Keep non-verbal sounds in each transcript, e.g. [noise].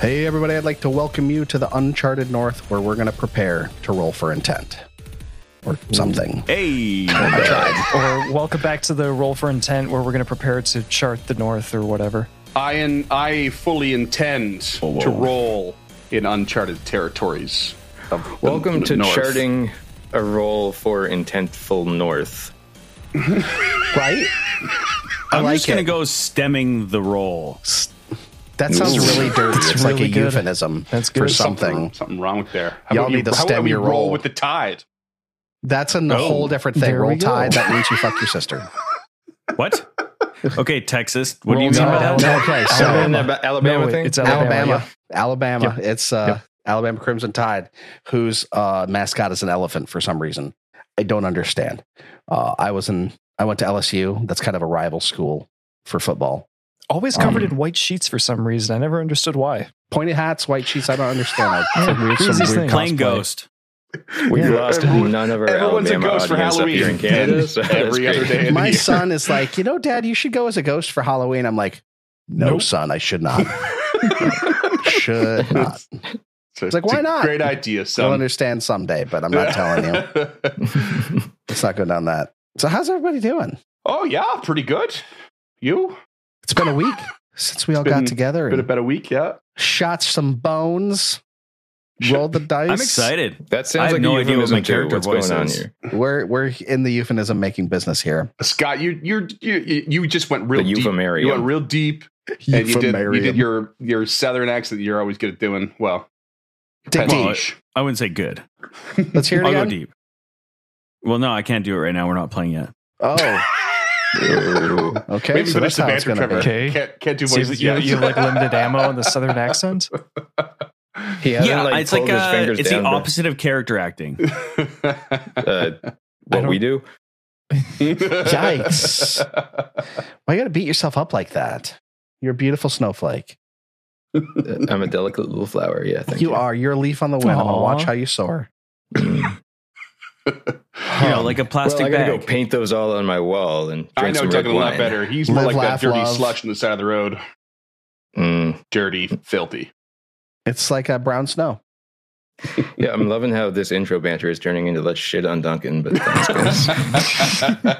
Hey, everybody, I'd like to welcome you to the Uncharted North where we're going to prepare to roll for intent or something. Hey, or welcome back to the roll for intent where we're going to prepare to chart the north or whatever I in, I fully intend Whoa, whoa. to roll in uncharted territories. of the- Welcome the to north. charting a role for intentful north. Right? I I'm like just gonna it. go stemming the roll. That sounds really dirty. It's like really a good. euphemism That's for good. something. Something wrong with there. Y'all about need to how about stem we your roll. roll with the tide? That's a n- whole different thing. Oh, There we Roll go. tide, that means you fuck your sister. What? Okay, Texas. What do you mean Roll by tide. Oh, No. that? um, okay, so Alabama. Alabama. Alabama, Alabama No, thing? it's Alabama. [laughs] Alabama, yeah. It's uh, Alabama Crimson Tide, whose uh, mascot is an elephant for some reason. I don't understand. Uh, I was in. I went to LSU. That's kind of a rival school for football. always covered in white sheets for some reason i never understood why Pointed hats, white sheets. I don't understand. [laughs] I, Yeah, weird, some craziest weird thing. Playing cosplay. ghost. We've Yeah. lost Everyone- none of our Everyone's Alabama a ghost for audience Halloween. up here in Canada. It is so that's [laughs] every other great. day. of the My year. son is like, you know, Dad, you should go as a ghost for Halloween. I'm like, no, Nope. son, I should not. should not. It's like, it's why a not? Great idea, You'll son. understand someday, but I'm not telling [laughs] you. you. Let's not go down that. So, how's everybody doing? oh yeah, pretty good. You? It's been a week since we all got been- together and Been about a week, yeah. shot some bones, rolled the dice. I'm excited. That I sounds have like no a idea what my euphemism too. character What's going voice on is. here? We're we're in the euphemism making business here. Scott, you you you you just went real The deep. euphemarium. You went real deep, and you did, you did your your southern accent that you're always good at doing. Well, Dig Well, deep. Pesh. I wouldn't say good. Let's hear it I'll go again. deep. Well, no, I can't do it right now. We're not playing yet. Oh, okay. Maybe so finish that's the how it's banter, going to Trevor. be. Okay. Can't, can't do so you, voices you, yet. you have like limited ammo [laughs] in the southern accent He hasn't like it's pulled like uh, his fingers it's down. the to, opposite of character acting. [laughs] uh, what we do? Yikes. Why you got to beat yourself up like that? You're a beautiful snowflake. Uh, I'm a delicate little flower. Yeah, thank you, you. [clears throat] are. You're a leaf on the wind. I'm going to Aw. watch how you soar. you know, like a Well, plastic I gotta go bag. paint those all on my wall and I drink know some Doug red a lot wine. better. He's more Live, like that laugh, dirty love. slush on the side of the road. Mm. Dirty, filthy. It's like a brown snow. Yeah, I'm loving how this intro banter is turning into let's shit on [laughs] Duncan. But thanks, guys.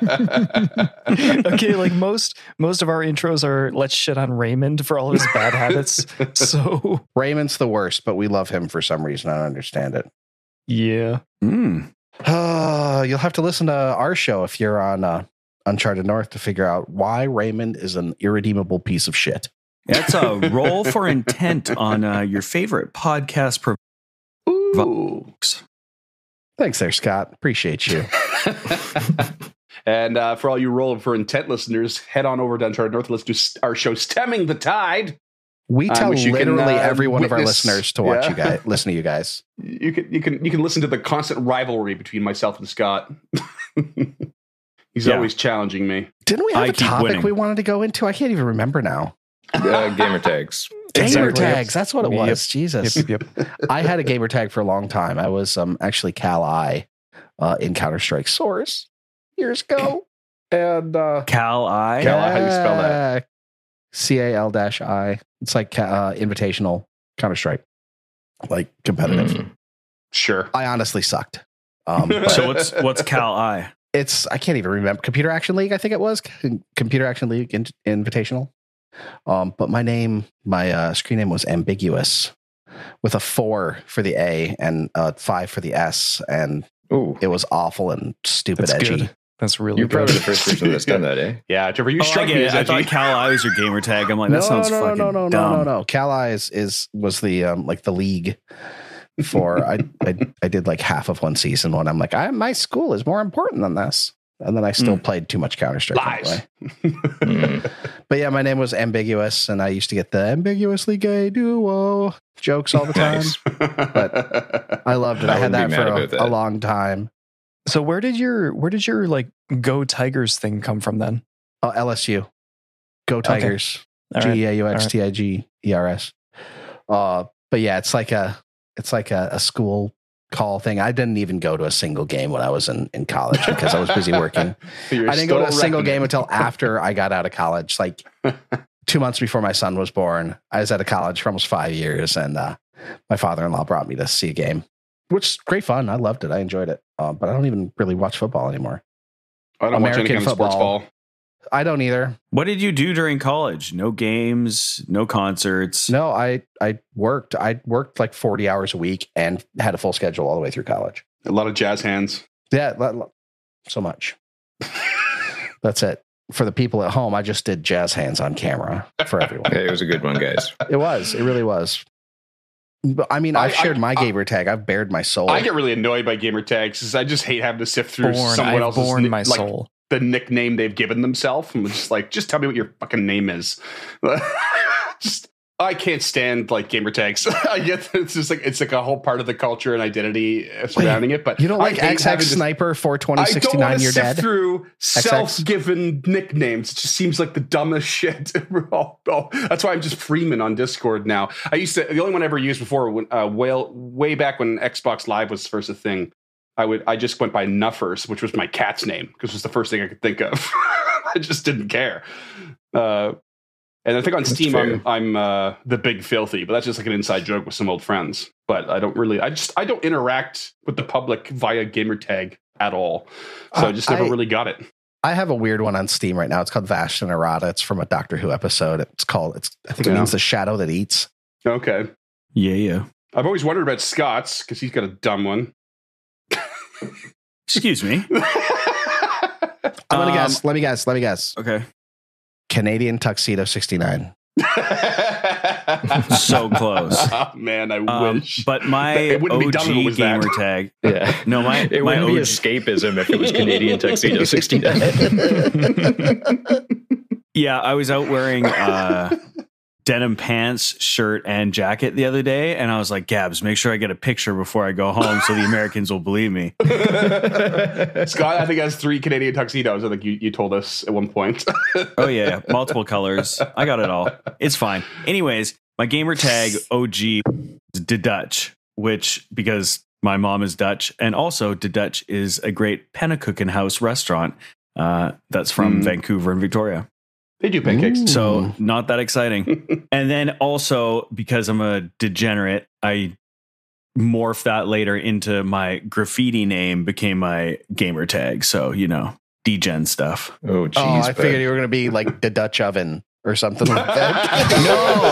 okay like most most of our intros are let's shit on raymond for all of his bad [laughs] habits so Raymond's the worst, but we love him for some reason. I don't understand it. [sighs] yeah Mm. Uh, you'll have to listen to our show if you're on uh, Uncharted North to figure out why Raymond is an irredeemable piece of shit. That's a roll for intent on uh, your favorite podcast. Pro- Ooh. Thanks, there, Scott. Appreciate you. [laughs] and uh, for all you rolling for intent listeners, head on over to Uncharted North. Let's do s- our show, Stemming the Tide. We Um, tell which you can, literally uh, every one of our witness- listeners to watch yeah. you guys, listen to you guys. You can you can you can listen to the constant rivalry between myself and Scott. [laughs] He's Yeah. always challenging me. Didn't we have I a keep topic winning. we wanted to go into? I can't even remember now. uh, gamer tags. Gamer Exactly. tags. That's what it Yep. was. Jesus. yep yep I had a gamer tag for a long time. I was um, actually Cal I uh, in Counter Strike Source years ago. And uh, Cal [laughs] I. Cal- how do you spell that? C A L dash I. It's like ca- uh, invitational Counter Strike, like competitive. Hmm. Mm. Sure. I honestly sucked. [laughs] Um, but So what's what's Cal I? it's I can't even remember Computer Action League. I think it was C- Computer Action League in- Invitational. Um, but my name, my uh, screen name was ambiguous, with a four for the A and uh, five for the S, and Ooh, it was awful and stupid that's edgy. good that's really you're good probably the first person that's done that, eh? Yeah, Trevor, you Oh, I strike get me it. as I edgy. thought Cal I was your gamer tag. I'm like, that sounds no, fucking no, no, dumb. no, no, no. Cali is, is was the um like the league for I, I I did like half of one season when I'm like I my school is more important than this, and then I still played too much Counter Strike. Lies. [laughs] [laughs] Mm. But yeah, my name was ambiguous, and I used to get the ambiguously gay duo jokes all the time. Nice. I loved it. I, I had that for wouldn't be mad a, about that. a long time. so where did your where did your like go tigers thing come from then Oh, LSU, go Tigers! all right G E A U X All right. T I G E R S. Uh, but yeah, it's like a it's like a, a school call thing. I didn't even go to a single game when I was in in college [laughs] because I was busy working. I didn't go to a single game until after I got out of college. Like two months before my son was born. I was out of college for almost five years, and uh, my father in law brought me to see a game, which is great fun. I loved it. I enjoyed it. Uh, but I don't even really watch football anymore. I don't watch any American kind of sports football. ball. I don't either. What did you do during college? No games, no concerts. No, I I worked. I worked like forty hours a week and had a full schedule all the way through college. A lot of jazz hands. Yeah, lo- lo- so much. That's it. For the people at home, I just did jazz hands on camera for everyone. [laughs] Hey, it was a good one, guys. It was. It really was. But I mean, I- I've shared I- my I- gamer tag. I've bared my soul. I get really annoyed by gamer tags because I just hate having to sift through Born, someone I've else's born ni- my like soul. the nickname they've given themselves. I'm just like, just tell me what your fucking name is. [laughs] just I can't stand like gamer tags. [laughs] I get that it's just like it's like a whole part of the culture and identity uh, surrounding it. But you don't like I hate XX having to- Sniper four twenty I sixty don't want nine. to You're sift dead. through self-given nicknames. It just seems like the dumbest [laughs] shit. oh, oh, that's why I'm just Freeman on Discord now. I used to the only one I ever used before when uh, well way back when Xbox Live was first a thing. I would I just went by Nuffers, which was my cat's name because it was the first thing I could think of. [laughs] I just didn't care. Uh, and I think on Steam I'm I'm uh, the big filthy, but that's just like an inside joke with some old friends. But I don't really I just I don't interact with the public via gamer tag at all. So Uh, I just never I- really got it. I have a weird one on Steam right now. It's called Vash and Errata. It's from a Doctor Who episode. It's called. It's I think it Yeah. means the shadow that eats. Okay. Yeah, yeah. I've always wondered about Scott's because he's got a dumb one. [laughs] Excuse me. I'm gonna Um, guess. Let me guess. Let me guess. Okay. Canadian tuxedo sixty nine. So close. [laughs] Oh, man, I Um, wish. but my It wouldn't be OG dumb if it was that. gamer tag. [laughs] Yeah. [laughs] No, my It my wouldn't be Oh, OG escapism if it was [laughs] Canadian tuxedo 69. Yeah, I was out [laughs] wearing uh, denim pants, shirt, and jacket the other day, and I was like, "Gabs, make sure I get a picture before I go home, so the Americans will believe me." [laughs] Scott, I think has three Canadian tuxedos. I think you, you told us at one point. [laughs] Oh yeah, yeah, multiple colors. I got it all. It's fine. Anyways, my gamer tag OG is De Dutch, which because my mom is Dutch, and also De Dutch is a great Pennacook House restaurant uh, that's from Mm. Vancouver and Victoria. they do pancakes. [laughs] Ooh. So not that exciting. and then also because I'm a degenerate, I morphed that later into my graffiti name became my gamer tag. So, you know, degen stuff. [laughs] oh, jeez. oh, I bud. figured you were gonna be like the Dutch oven or something like [laughs] that.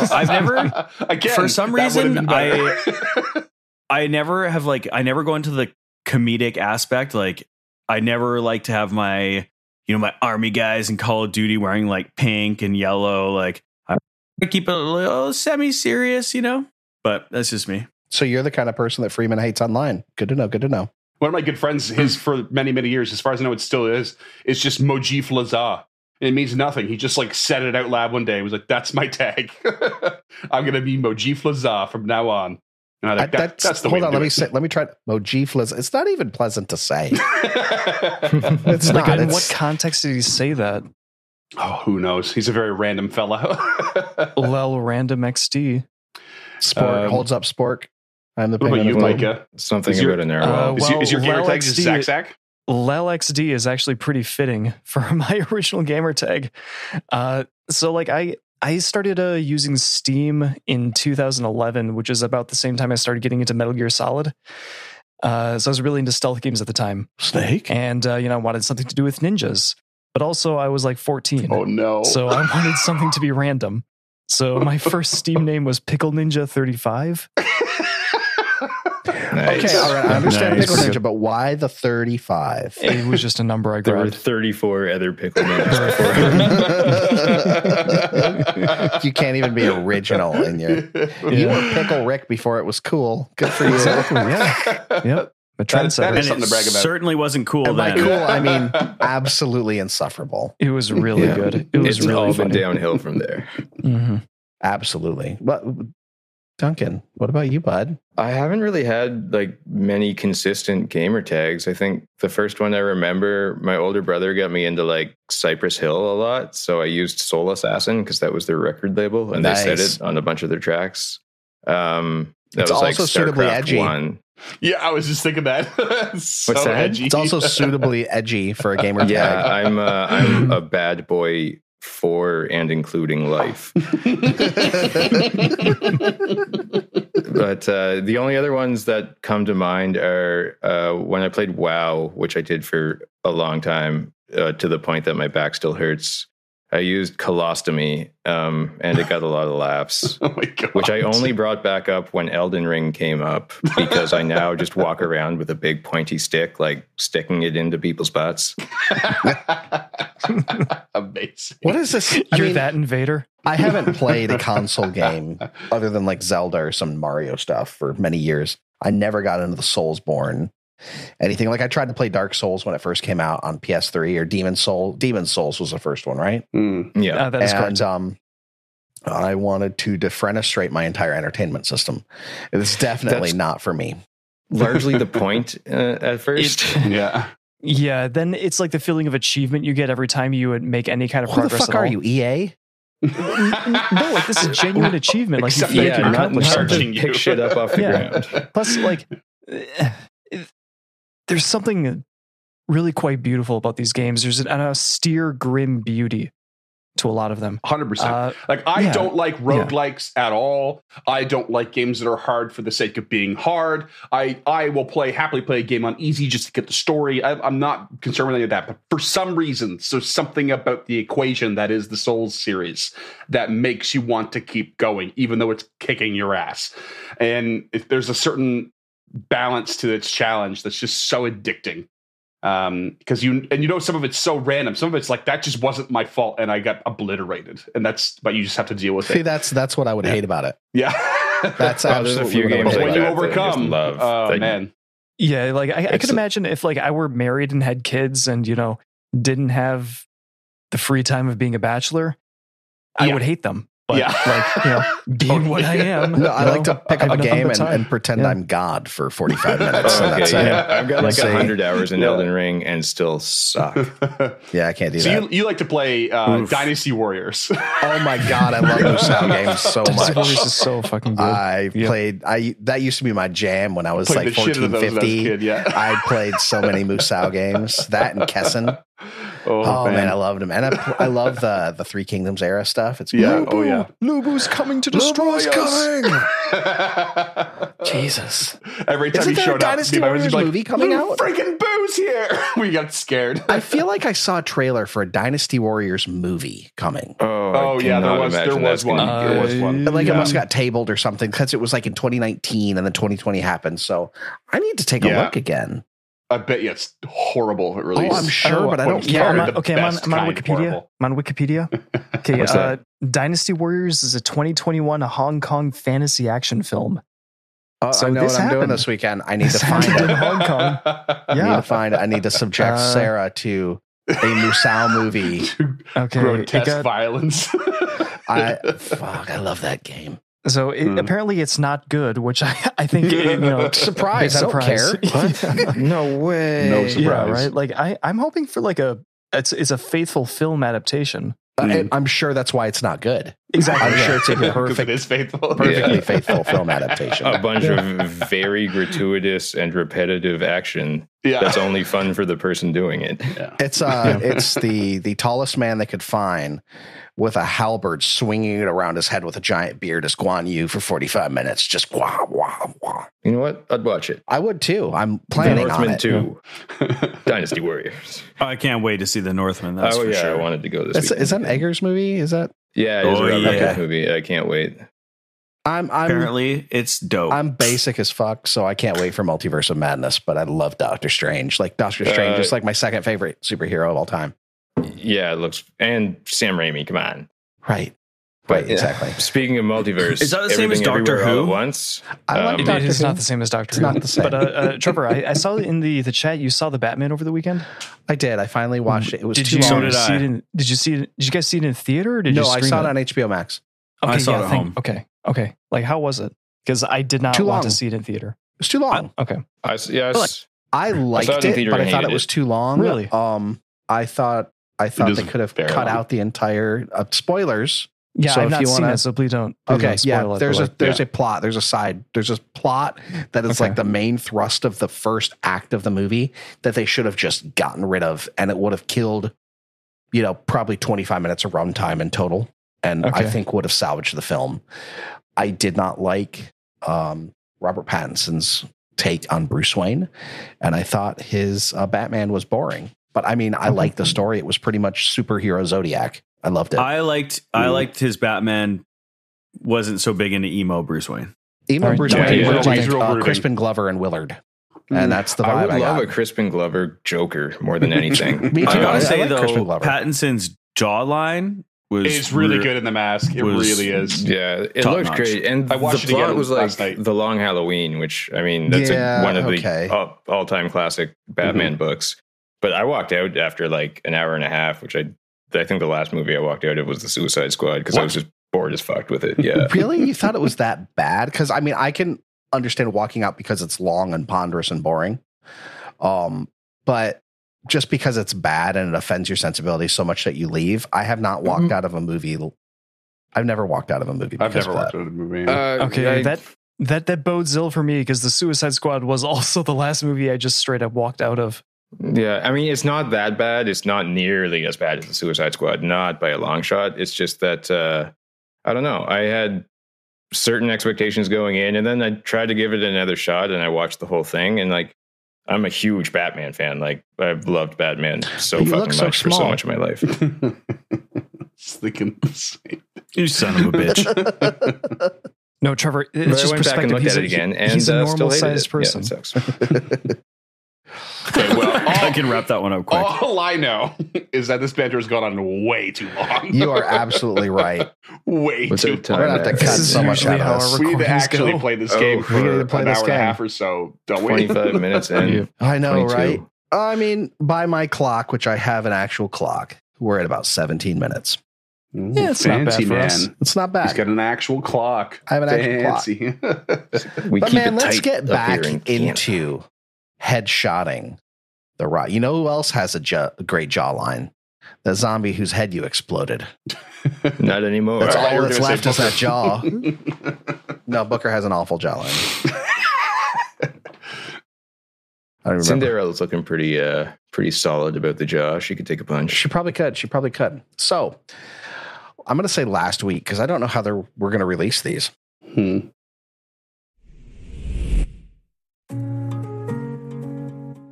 [laughs] No, I've never- [laughs] Again, for some that would've reason, been better. [laughs] I never have like I never go into the comedic aspect. Like I never like to have my you know my army guys in Call of Duty wearing like pink and yellow. Like I keep it a little semi serious, you know. But that's just me. so you're the kind of person that Freeman hates online. Good to know. Good to know. One of my good friends, Hmm. his for many, many years, as far as I know, it still is, is just Mojif Lazar. And it means nothing. He just like said it out loud one day. He was like, that's my tag. [laughs] I'm going to be Mojif Lazar from now on. And I I, think that- that's, that's, the hold way on. to Let do me say, let me try. Mojif Liz. It's not even pleasant to say. it. [laughs] It's Like, not. in It's, what context did he say that? [laughs] oh, who knows? He's a very random fellow. [laughs] what Lel random XD. sport um, holds up. Spork. I'm the about penguin you, of Mike. Micah? Something Is your- about an Uh, arrow. is, your, is your well, gamer well, tag let's just see Zack it. Sack? Lel XD is actually pretty fitting [laughs] for my original gamer tag. Uh, so like I I started uh, using Steam in 2011, which is about the same time I started getting into Metal Gear Solid. Uh, so I was really into stealth games at the time, Snake. and uh, you know I wanted something to do with ninjas, but also I was like 14, Oh, no. [laughs] so [laughs] I wanted something to be random. So my first Steam name was Pickle Ninja 35. Nice. Okay, all right. I understand Nice. Pickle Ninja, but why the 35? It was just a number I There were grabbed. 34 other pickle [laughs] ninjas you can't even [laughs] be original in your. You were Pickle Rick before it was cool. Good for you. Exactly, yeah. [laughs] [laughs] Yep. A That is- that trendsetter. And is- it something to brag about. certainly wasn't cool And by then. cool, I mean absolutely insufferable. It was really Yeah. good. It was it's really all been funny. downhill from there. Mhm. Absolutely. What, Duncan? What about you, bud? I haven't really had like many consistent gamer tags. I think the first one I remember, my older brother got me into like Cypress Hill a lot, so I used Soul Assassin because that was their record label, and they said Nice. it on a bunch of their tracks. Um, that It's was like also suitably StarCraft edgy. One. [laughs] Yeah, I was just thinking that. [laughs] so that? [laughs] [laughs] edgy. It's also suitably edgy for a gamer [laughs] Yeah, tag. I'm uh, I'm a bad boy for and including life. but uh, the only other ones that come to mind are uh, when I played WoW, which I did for a long time uh, to the point that my back still hurts. I used colostomy, um, and it got a lot of laughs Oh my god! which I only brought back up when Elden Ring came up because I now just walk around with a big pointy stick, like sticking it into people's butts. [laughs] Amazing. What is this? I You're mean, that invader. I haven't played a [laughs] console game other than like Zelda or some Mario stuff for many years. I never got into the Soulsborne, anything. Like I tried to play Dark Souls when it first came out on PS3 or Demon Soul. Demon Souls was the first one, right? Hmm. Yeah. Uh, that is and correct. um, I wanted to defenestrate my entire entertainment system. It's definitely That's- not for me. Largely the point uh, at first. Yeah. Yeah, then it's like the feeling of achievement you get every time you would make any kind of Who the progress. fuck at are all. you, E EA? No, like this [laughs] [laughs] is genuine achievement. Like you Except feel that like you yeah, you're not, accomplished not something. to charging you. pick shit up off the Yeah. ground. Plus, like, eh, there's something really quite beautiful about these games. There's an, an austere, grim beauty to a lot of them. Hundred percent. Uh, Like I Yeah. don't like roguelikes at all. I don't like games that are hard for the sake of being hard. I I will play happily play a game on easy just to get the story. I, I'm not concerned with any of that. But for some reason, so something about the equation that is the Souls series that makes you want to keep going, even though it's kicking your ass. And if there's a certain balance to its challenge that's just so addicting um because you and you know some of it's so random some of it's like that just wasn't my fault and i got obliterated and that's but you just have to deal with See, it that's that's what I would Yeah. hate about it. yeah [laughs] That's Oh, there's absolutely a few what I would games hate like when about it. you that that I just overcome love. oh Like, man yeah, like I, I could Excellent. imagine if like I were married and had kids, and you know didn't have the free time of being a bachelor, I Yeah. would hate them. But Yeah. like [laughs] you [laughs] know, being what I am, [laughs] No, I you like know, to pick I've up a enough of game the and, time. and pretend Yeah. I'm God for [laughs] 45 minutes. Oh, and that's okay, it. yeah. I've got like See? a hundred hours in Yeah. Elden Ring and still suck. Yeah, I can't do so that. you, you like to play uh Oof. dynasty warriors [laughs] oh my god, I love those style [laughs] games so Dungeons and much. Warriors is so fucking good. I Yeah. played. I that used to be my jam when I was Played like fourteen when I was a fifty. kid yeah [laughs] I played so many Musou games. That and Kessen. oh, Oh, man. man, I loved them, and I, pl- I love the the Three Kingdoms era stuff. It's Yeah, Lubu, oh, yeah. Lubu's coming to destroy Lubu's us. Coming. [laughs] Jeez. Jesus, Every time Isn't he there a showed up, Dynasty Steve, I was Warriors like, movie coming "Lou out?" Freaking booze here! [laughs] we got scared. I feel like I saw a trailer for a Dynasty Warriors movie coming. Oh, Oh, yeah, there was- there was one. there was one. Uh, Like Yeah. it must have got tabled or something because it was like in 2019 and then 2020 happened. So I need to take a Yeah. look again. I bet you it's horrible if it Oh, releases. I'm sure, but I don't Yeah, Yeah, care. I'm Probably on, the okay, I'm on, best I'm on kind, Wikipedia. horrible. I'm on Wikipedia. [laughs] Okay, What's uh, Dynasty Warriors is a 2021 Hong Kong fantasy action film. Oh, So I know this what I'm doing happened. this weekend. I need to This find happened it. in Hong Kong. [laughs] I need Yeah. to find. I need to subject Uh, Sarah to a Musou [laughs] movie. Okay, it Grotesque got- violence. [laughs] I fuck. I love that game. so it, Hmm. apparently it's not good, which I, [laughs] I [laughs] think you know. Surprise! big I don't surprise. care. [laughs] Yeah. [laughs] No way. No surprise. yeah, right. Like I, I'm hoping for like a it's it's a faithful film adaptation. Uh, and I'm sure that's why it's not good. Exactly. I'm sure it's a [laughs] 'Cause it [laughs] perfect, is faithful. perfectly Yeah. faithful film adaptation. Uh, A bunch [laughs] of very gratuitous and repetitive action Yeah. that's only fun for the person doing it. It's uh, it's the the tallest man they could find with a halberd swinging it around his head with a giant beard as Guan Yu for 45 minutes. Just wah wah wah. You know what? I'd watch it. I would too. I'm The planning on Northman it. 2, [laughs] Dynasty Warriors. I can't wait to see the Northman. That's oh, for yeah. I sure. wanted to go this That's, weekend. is that an Eggers movie? Is that Yeah, it is Oh, a Robert yeah. Eggers movie. I can't wait. I'm I'm Apparently, it's dope. I'm basic as fuck, so I can't wait for Multiverse of Madness. But I love Doctor Strange. Like Doctor Strange Uh, is like my second favorite superhero of all time. Yeah, it looks. And Sam Raimi, come on. Right. But Right, exactly. Speaking of multiverse, Is that the same as Everything Doctor Everywhere All Who? at once. I like Um, Doctor It is Who. not the same as Doctor It's Who. not the same. But uh, uh, Trevor, I, I saw in the the chat you saw the Batman over the weekend. I did. I finally watched it. It was Did too you So long. did see I. it in? Did you see it? Did you guys see it in theater? Or did no, you I stream saw it it on HBO Max. I saw it at thank- home. Okay, okay. Like, how was it? Because I did not Too want long. to see it in theater. It was too long. Okay, I, s- yes. Really? I liked it in it, theater but and I thought hated it was it. too long. Really? Um, I thought I thought is they could have very cut long. out the entire uh, spoilers. yeah, So I've if not you seen wanna- it, so please don't. please okay, don't spoil yeah. it, There's but, a like, there's a plot. There's a side. There's a plot that is Okay. like the main thrust of the first act of the movie that they should have just gotten rid of, and it would have killed you know, probably 25 minutes of runtime in total. And I Okay. think would have salvaged the film. I did not like um, Robert Pattinson's take on Bruce Wayne. And I thought his uh, Batman was boring. But I mean, I Okay. liked the story. It was pretty much superhero Zodiac. I loved it. I liked I Mm. liked his Batman wasn't so big into emo Bruce Wayne. Emo Alright, Bruce yeah, Wayne yeah. would have Yeah. liked, Reasonable uh, wording. Crispin Glover and Willard. And that's the vibe I would I, love [laughs] got. a Crispin Glover Joker more than [laughs] anything. Me too. I Yeah, gotta I say like though, Crispin Glover. Pattinson's jawline was It's really re- good in the mask. It was- really is. Yeah, it Top looked notch. great, and I watched the it again plot was like last night. the Long Halloween, which I mean, that's Yeah, a, one of okay. the all, all-time classic Mm-hmm. Batman books. But I walked out after like an hour and a half, which I I think the last movie I walked out of was the Suicide Squad because I was just bored as fucked [laughs] with it. Yeah, really? You thought it was that bad? Because I mean, I can understand walking out because it's long and ponderous and boring. Um, but just because it's bad and it offends your sensibility so much that you leave, I have not walked out of a movie. I've never walked out of a movie. I've because never of watched that. a movie. Uh, Okay, I- that that that bodes ill for me because the Suicide Squad was [laughs] also the last movie I just straight up walked out of. Yeah, I mean, it's not that bad. It's not nearly as bad as the Suicide Squad, not by a long shot. It's just that uh, I don't know. I had certain expectations going in, and then I tried to give it another shot, and I watched the whole thing, and like. I'm a huge Batman fan. Like I've loved Batman so But you look fucking so much for so small. much of my life. Uh, [laughs] It's thinking the same. You son of a [laughs] bitch. No, Trevor, it's But I just went back perspective. and looked he's at a, it again, and he's a uh, still normal hated sized it. Yeah, person. [laughs] it sucks. Okay, [laughs] well, [laughs] I all, can wrap that one up quick. all I know [laughs] is that this banter has gone on way too [laughs] long. You are absolutely right. way What's too our time We're gonna have to at? cut This is so much usually out how of I this. work. We need to Recordings actually go. play this Oh, game we for need to an play hour this and a game. half or so, don't we? [laughs] [laughs] 25 minutes in. I know, 22. right? I mean, by my clock, which I have an actual clock, we're at about 17 minutes. Yeah, it's not bad for us. It's not He's bad. got an actual clock. I have an actual clock. Fancy. [laughs] We but keep man, it let's tight get up back here in Canada. into headshotting the rock. You know who else has a, jo- a great jawline? The zombie whose head you exploded. Not anymore. That's Oh, I all were that's gonna left say is that Booker. jaw. [laughs] No, Booker has an awful jawline. I don't remember. Cinderella's looking pretty, uh, pretty solid about the jaw. She could take a punch. [laughs] She probably could. She probably could. So I'm going to say last week because I don't know how they're we're going to release these. Hmm.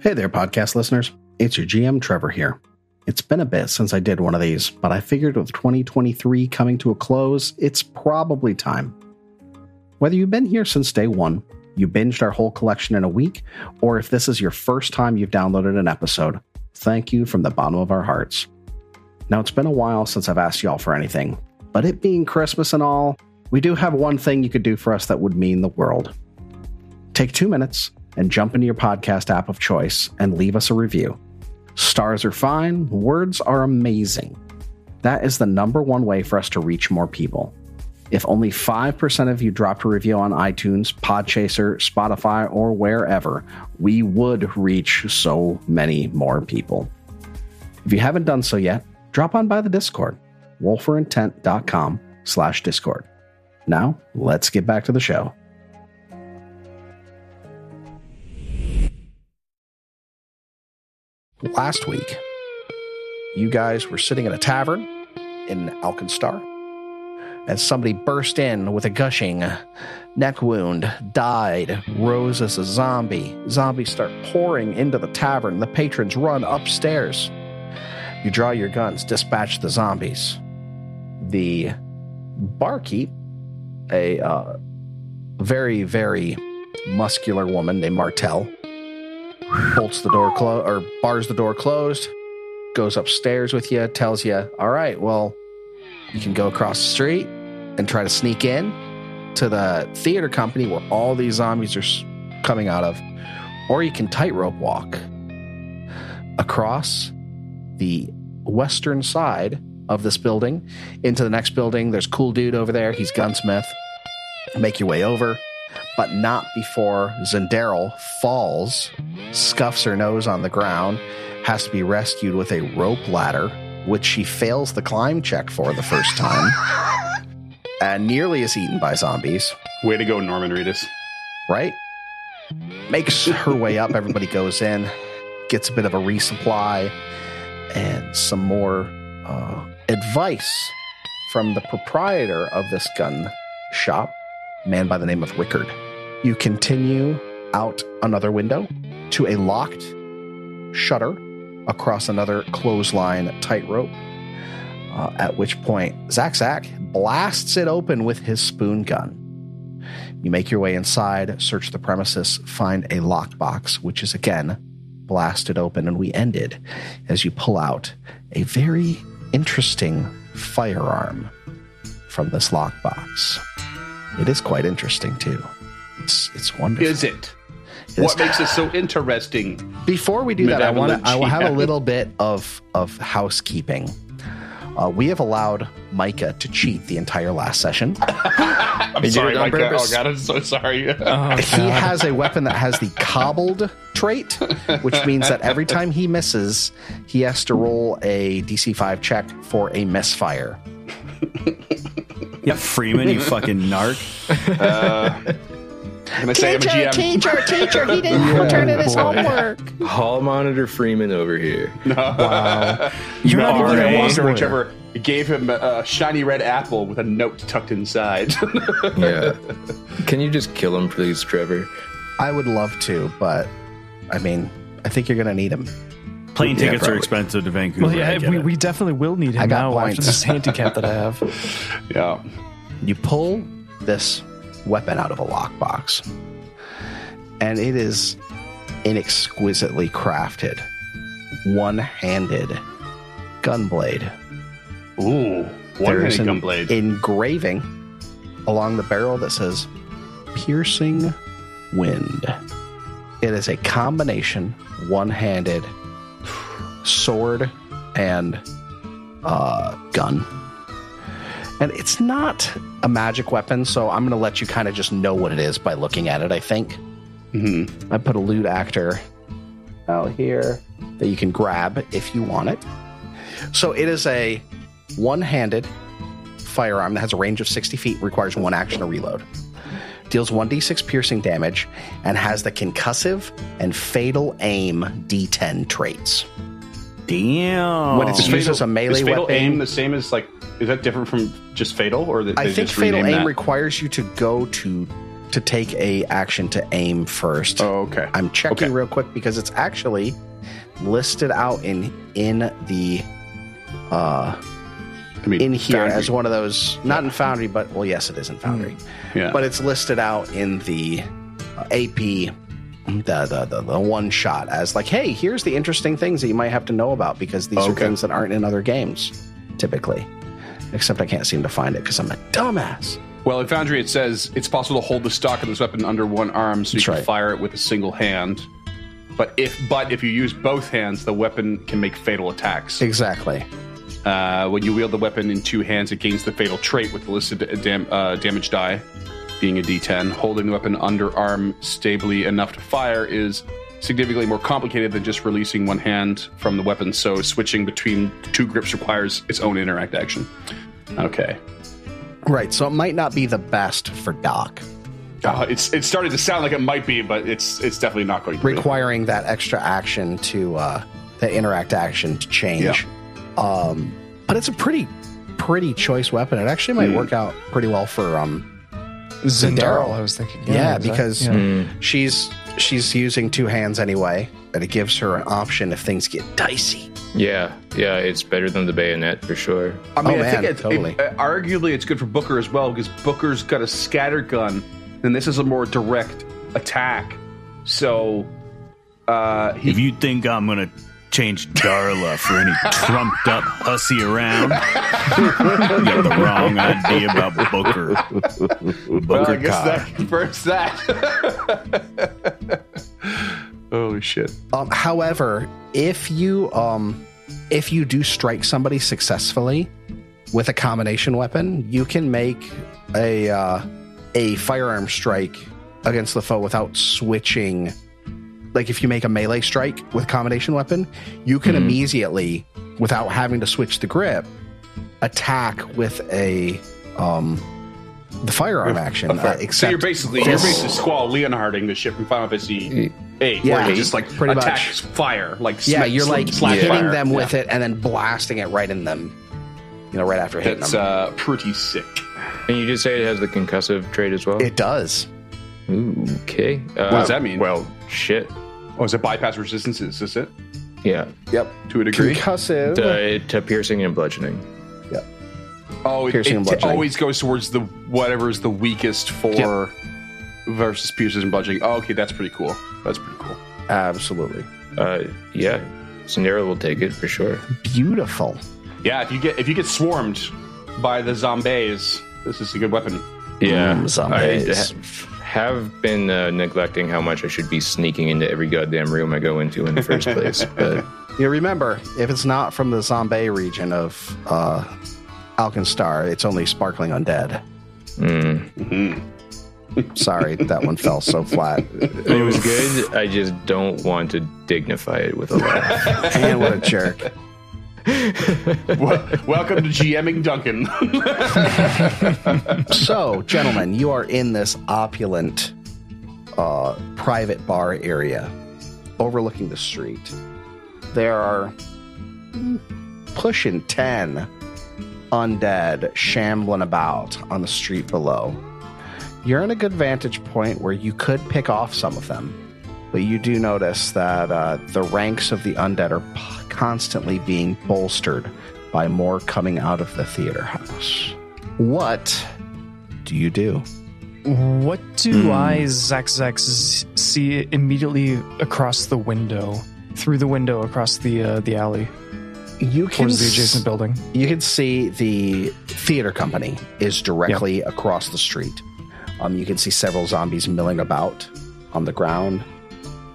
Hey there, podcast listeners. It's your GM Trevor here. It's been a bit since I did one of these, but I figured with 2023 coming to a close, it's probably time. Whether you've been here since day one, you binged our whole collection in a week, or if this is your first time you've downloaded an episode, thank you from the bottom of our hearts. Now, it's been a while since I've asked y'all for anything, but it being Christmas and all, we do have one thing you could do for us that would mean the world take two minutes and jump into your podcast app of choice and leave us a review. Stars are fine, words are amazing. That is the number one way for us to reach more people. If only 5% of you dropped a review on iTunes, Podchaser, Spotify, or wherever, we would reach so many more people. If you haven't done so yet, drop on by the Discord, wolferintent.com slash Discord. Now, let's get back to the show. last week, you guys were sitting in a tavern in Alkenstar, and somebody burst in with a gushing neck wound, died, rose as a zombie. Zombies start pouring into the tavern. The patrons run upstairs. You draw your guns, dispatch the zombies. The barkeep, a uh, very, very muscular woman named Martel, bolts the door closed or bars the door closed, goes upstairs with you, tells you, all right, well, you can go across the street and try to sneak in to the theater company where all these zombies are s- coming out of, or you can tightrope walk across the western side of this building into the next building. There's cool dude over there, he's gunsmith. Make your way over, but not before Zendaryl falls scuffs her nose on the ground, has to be rescued with a rope ladder, which she fails the climb check for the first time, and nearly is eaten by zombies, Way to go, Norman Reedus. right? Makes her way up, everybody goes in, gets a bit of a resupply, and some more uh, advice from the proprietor of this gun shop, a man by the name of Rickard. You continue out another window to a locked shutter across another clothesline tightrope. Uh, at which point, Zack Zack blasts it open with his spoon gun. You make your way inside, search the premises, find a lockbox, which is again blasted open, and we ended as you pull out a very interesting firearm from this lockbox. It is quite interesting too. It's it's wonderful. Is it? It is- What makes it so interesting? Before we do that, I Medieval want to. I will have a Lucia. little bit of of housekeeping. Uh, we have allowed Micah to cheat the entire last session. I'm did sorry, it on Micah. purpose. Oh God, I'm so [laughs] sorry. Uh, Oh, he has a weapon that has the cobbled trait, which means that every time he misses, he has to roll a DC5 check for a misfire. Yeah, Freeman, you fucking narc. Can I say I'm a GM? teacher, teacher, he didn't return it his homework. Hall monitor Freeman over here. You're Or not even a a monster, lawyer. whichever gave him a, a shiny red apple with a note tucked inside. [laughs] [laughs] Yeah. Can you just kill him, please, Trevor? I would love to, but I mean, I think you're going to need him. Plane Yeah, tickets are probably. expensive to Vancouver. well, I yeah, get we, it. we definitely will need him I got now after points. this handicap that I [laughs] have. yeah. You pull this weapon out of a lockbox, and it is an exquisitely crafted, one handed gunblade. Ooh. One There's handed an gunblade. engraving along the barrel that says piercing wind. It is a combination one handed sword and uh, gun. And it's not a magic weapon, so I'm going to let you kind of just know what it is by looking at it, I think. Mhm. I put a loot actor out here that you can grab if you want it. So it is a one handed firearm that has a range of 60 feet, requires one action to reload, deals 1d6 piercing damage, and has the concussive and fatal aim d10 traits. Damn. When it's Is used fatal- as a melee is fatal weapon. aim the same as like is that different from just fatal or that I they think just fatal rename aim that? requires you to go to to take a action to aim first. Oh, okay. I'm checking Okay. real quick because it's actually listed out in in the uh I mean, in here Foundry. as one of those not in Foundry but well yes it is in Foundry. Yeah. But it's listed out in the uh, AP the, the the the one shot as like hey, here's the interesting things that you might have to know about because these are Okay. things that aren't in other games typically. Except I can't seem to find it because I'm a dumbass. well, in Foundry it says it's possible to hold the stock of this weapon under one arm, so you That's can right. fire it with a single hand. But if but if you use both hands, the weapon can make fatal attacks. Exactly. Uh, when you wield the weapon in two hands, it gains the fatal trait with the listed dam- uh, damage die being a d10. Holding the weapon under arm stably enough to fire is significantly more complicated than just releasing one hand from the weapon, so switching between two grips requires its own interact action. Okay. Right. So it might not be the best for Doc, Uh, it's it started to sound like it might be, but it's it's definitely not going to be. requiring that extra action to uh, the interact action to change. Um, but it's a pretty, pretty choice weapon. It actually might Hmm. work out pretty well for um. Zendaryl, I was thinking. Yeah, exact- because yeah. she's she's using two hands anyway, and it gives her an option if things get dicey. Yeah, yeah, it's better than the bayonet for sure. I mean, Oh, I man, think it's, totally. it- uh, arguably it's good for Booker as well because Booker's got a scatter gun, and this is a more direct attack. So uh, he if you think I'm gonna change Darla for any trumped up hussy around, you got the wrong idea about [laughs] Booker. Booker well, I guess Carr. that [laughs] confirms that. oh shit! Um, however, if you um, if you do strike somebody successfully with a combination weapon, you can make a uh, a firearm strike against the foe without switching. Like if you make a melee strike with combination weapon, you can Mm-hmm. immediately, without having to switch the grip, attack with a um, the firearm action. uh, so you're except- basically you're basically Squall Leonharding the shit from Final Fantasy eight, Yeah, where you just like pretty attack much. fire, like Yeah, smack- you're sl- like slash hitting fire. them Yeah. with it and then blasting it right in them. You know, right after hitting That's them. uh, pretty sick. And you did say it has the concussive trait as well. it does. Ooh, okay. Uh, does that mean? Well, shit. Oh, is it bypass resistances? Is it Yeah, Yep. to a degree? Concussive. to, to piercing and bludgeoning. Oh, it, Piercing and it bludgeoning. always goes towards the whatever is the weakest for versus piercing and bludgeoning. Oh, okay, that's pretty cool. That's pretty cool. Absolutely. Uh, yeah, Sandero will take it for sure. Beautiful. Yeah, if you get if you get swarmed by the zombies, this is a good weapon. [laughs] Yeah, Mm, zombies. I ha- have been uh, neglecting how much I should be sneaking into every goddamn room I go into in the first [laughs] place. But You remember, if it's not from the Zombie region of uh, Alkenstar, it's only sparkling undead. mm, Sorry, that one fell so [laughs] flat. it was good. I just don't want to dignify it with a laugh. And what a jerk. Wel- Welcome to GMing Duncan. [laughs] So, gentlemen, you are in this opulent uh, private bar area overlooking the street. There are mm, pushing 10 undead shambling about on the street below. You're in a good vantage point where you could pick off some of them, but you do notice that uh, the ranks of the undead are p- constantly being bolstered by more coming out of the theater house. What do you do? What do Hmm. I, Zack Zack, z- see immediately across the window, through the window across the uh, the alley You can towards the s- adjacent building? you can see the theater company is directly across the street. Um, you can see several zombies milling about on the ground.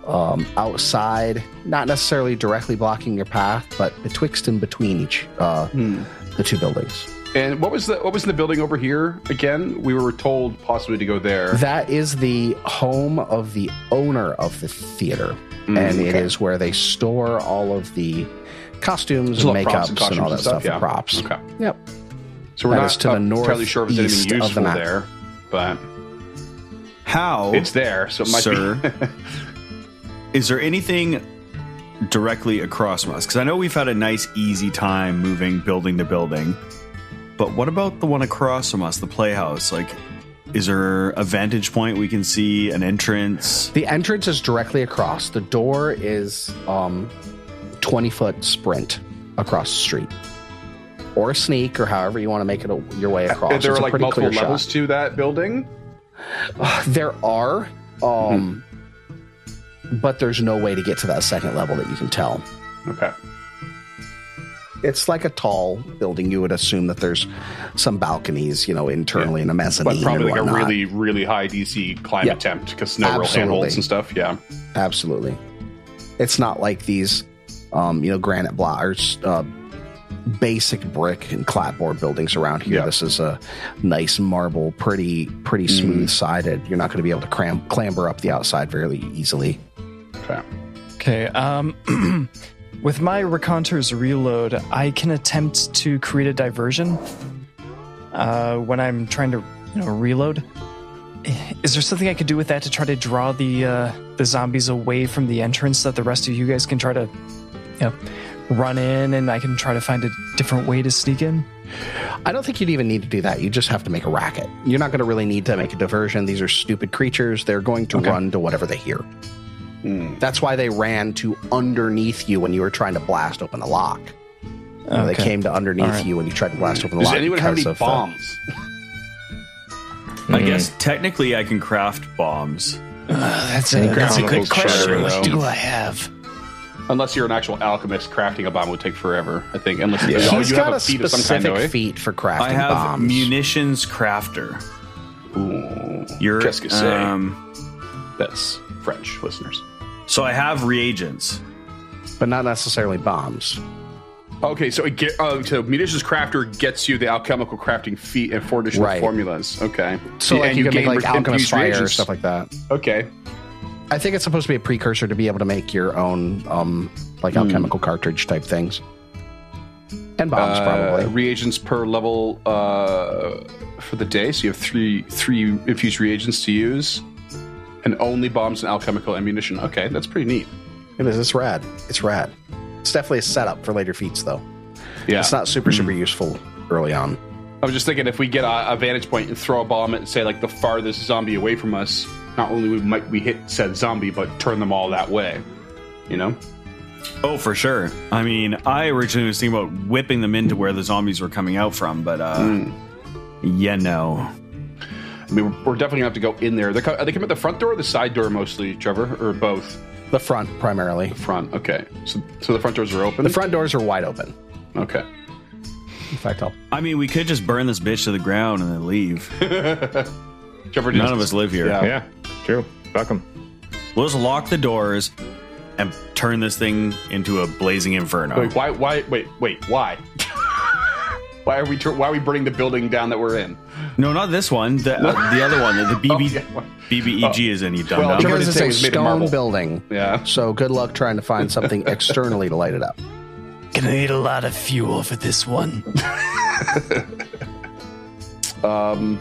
Um, outside, not necessarily directly blocking your path, but betwixt and between each uh, the two buildings. and what was the what was the building over here again? We were told possibly to go there. That is the home of the owner of the theater, Mm, and it okay. is where they store all of the costumes, Just and a lot of makeups, props and and, costumes all that and stuff, stuff, and yeah. props. Okay. Yep. So we're That not is to the entirely sure if there's northeast anything of the map. useful Oh, there, but How it's there, so it might Sir. be. is there anything directly across from us? Because I know we've had a nice, easy time moving building to building, but what about the one across from us, the playhouse? Like, is there a vantage point we can see, an entrance? The entrance is directly across. The door is um, 20 foot sprint across the street. Or a sneak, or however you want to make it a, your way across. [laughs] Uh, there It's are a like pretty multiple clear levels shot. to that building. There are, um, Mm-hmm. but there's no way to get to that second level that you can tell. Okay. It's like a tall building. You would assume that there's some balconies, you know, internally in a mezzanine. But probably and like a whatnot. really, really high DC climb Yeah. attempt because no real Absolutely. handholds and stuff. Yeah. Absolutely. It's not like these, um, you know, granite block or uh, basic brick and clapboard buildings around here. Yeah. This is a nice marble, pretty, pretty smooth sided. You're not going to be able to cram- clamber up the outside very easily. Okay. Okay. Um, [clears throat] with my Reconter's reload, I can attempt to create a diversion uh, when I'm trying to, you know, reload. Is there something I could do with that to try to draw the uh, the zombies away from the entrance that the rest of you guys can try to, you know, run in, and I can try to find a different way to sneak in? I don't think you'd even need to do that. You just have to make a racket. You're not going to really need to make a diversion. These are stupid creatures. They're going to run to whatever they hear. Hmm. That's why they ran to underneath you when you were trying to blast open the lock. You know, They Okay. came to underneath Alright. you when you tried to blast open the Does lock. anyone have because any of uh, the- bombs? I Mm-hmm. guess technically I can craft bombs. That's a- that's a good question. What do I have? Unless you're an actual alchemist, crafting a bomb would take forever. I think. Unless Yeah. oh, He's you got have a, a feat of some kind, specific though. eh? feat for crafting I have bombs. munitions crafter. Ooh, You're Qu'est-ce que c'est? um, that's French, listeners. so I have reagents. but not necessarily bombs. Okay, so it get, uh, so munitions crafter gets you the alchemical crafting feat and four additional Right. formulas. Okay, So like And you, can make gain like re- and alchemist use fire or reagents. stuff like that. Okay, I think it's supposed to be a precursor to be able to make your own um Hmm. like alchemical cartridge type things. And bombs Uh, probably. reagents per level uh, for the day. So you have three three infused reagents to use, and only bombs and alchemical ammunition. Okay, that's pretty neat. It is. It's rad. It's rad. It's definitely a setup for later feats, though. Yeah, Hmm. It's not super, super useful early on. I was just thinking if we get a, a vantage point and throw a bomb at, say, like the farthest zombie away from us, not only we might we hit said zombie, but turn them all that way. You know? Oh, for sure. I mean, I originally was thinking about whipping them into where the zombies were coming out from, but uh, Hmm. yeah, no. I mean, we're, we're definitely gonna have to go in there. They're, co- are they coming at the front door or the side door mostly, Trevor, or both? The front, primarily. Front. Okay. So, so the front doors are open. The front doors are wide open. Okay. In fact, I'll. I mean, we could just burn this bitch to the ground and [laughs] then leave. Trevor, None of us live here. Yeah. [laughs] Yeah, true. Fuck them. We'll just lock the doors and turn this thing into a blazing inferno. Oh. Wait, why? Why? Wait, wait. Why? [laughs] why are we? Tur- why are we burning the building down that we're in? No, not this one. The, uh, the other one. that The BB, Oh, yeah. BBEG E is in, you dumb Well, dumb. Trevor- Because gonna it's say it a was made of stone marble. building. Yeah. So good luck trying to find [laughs] something externally to light it up. Gonna need a lot of fuel for this one. [laughs] Um,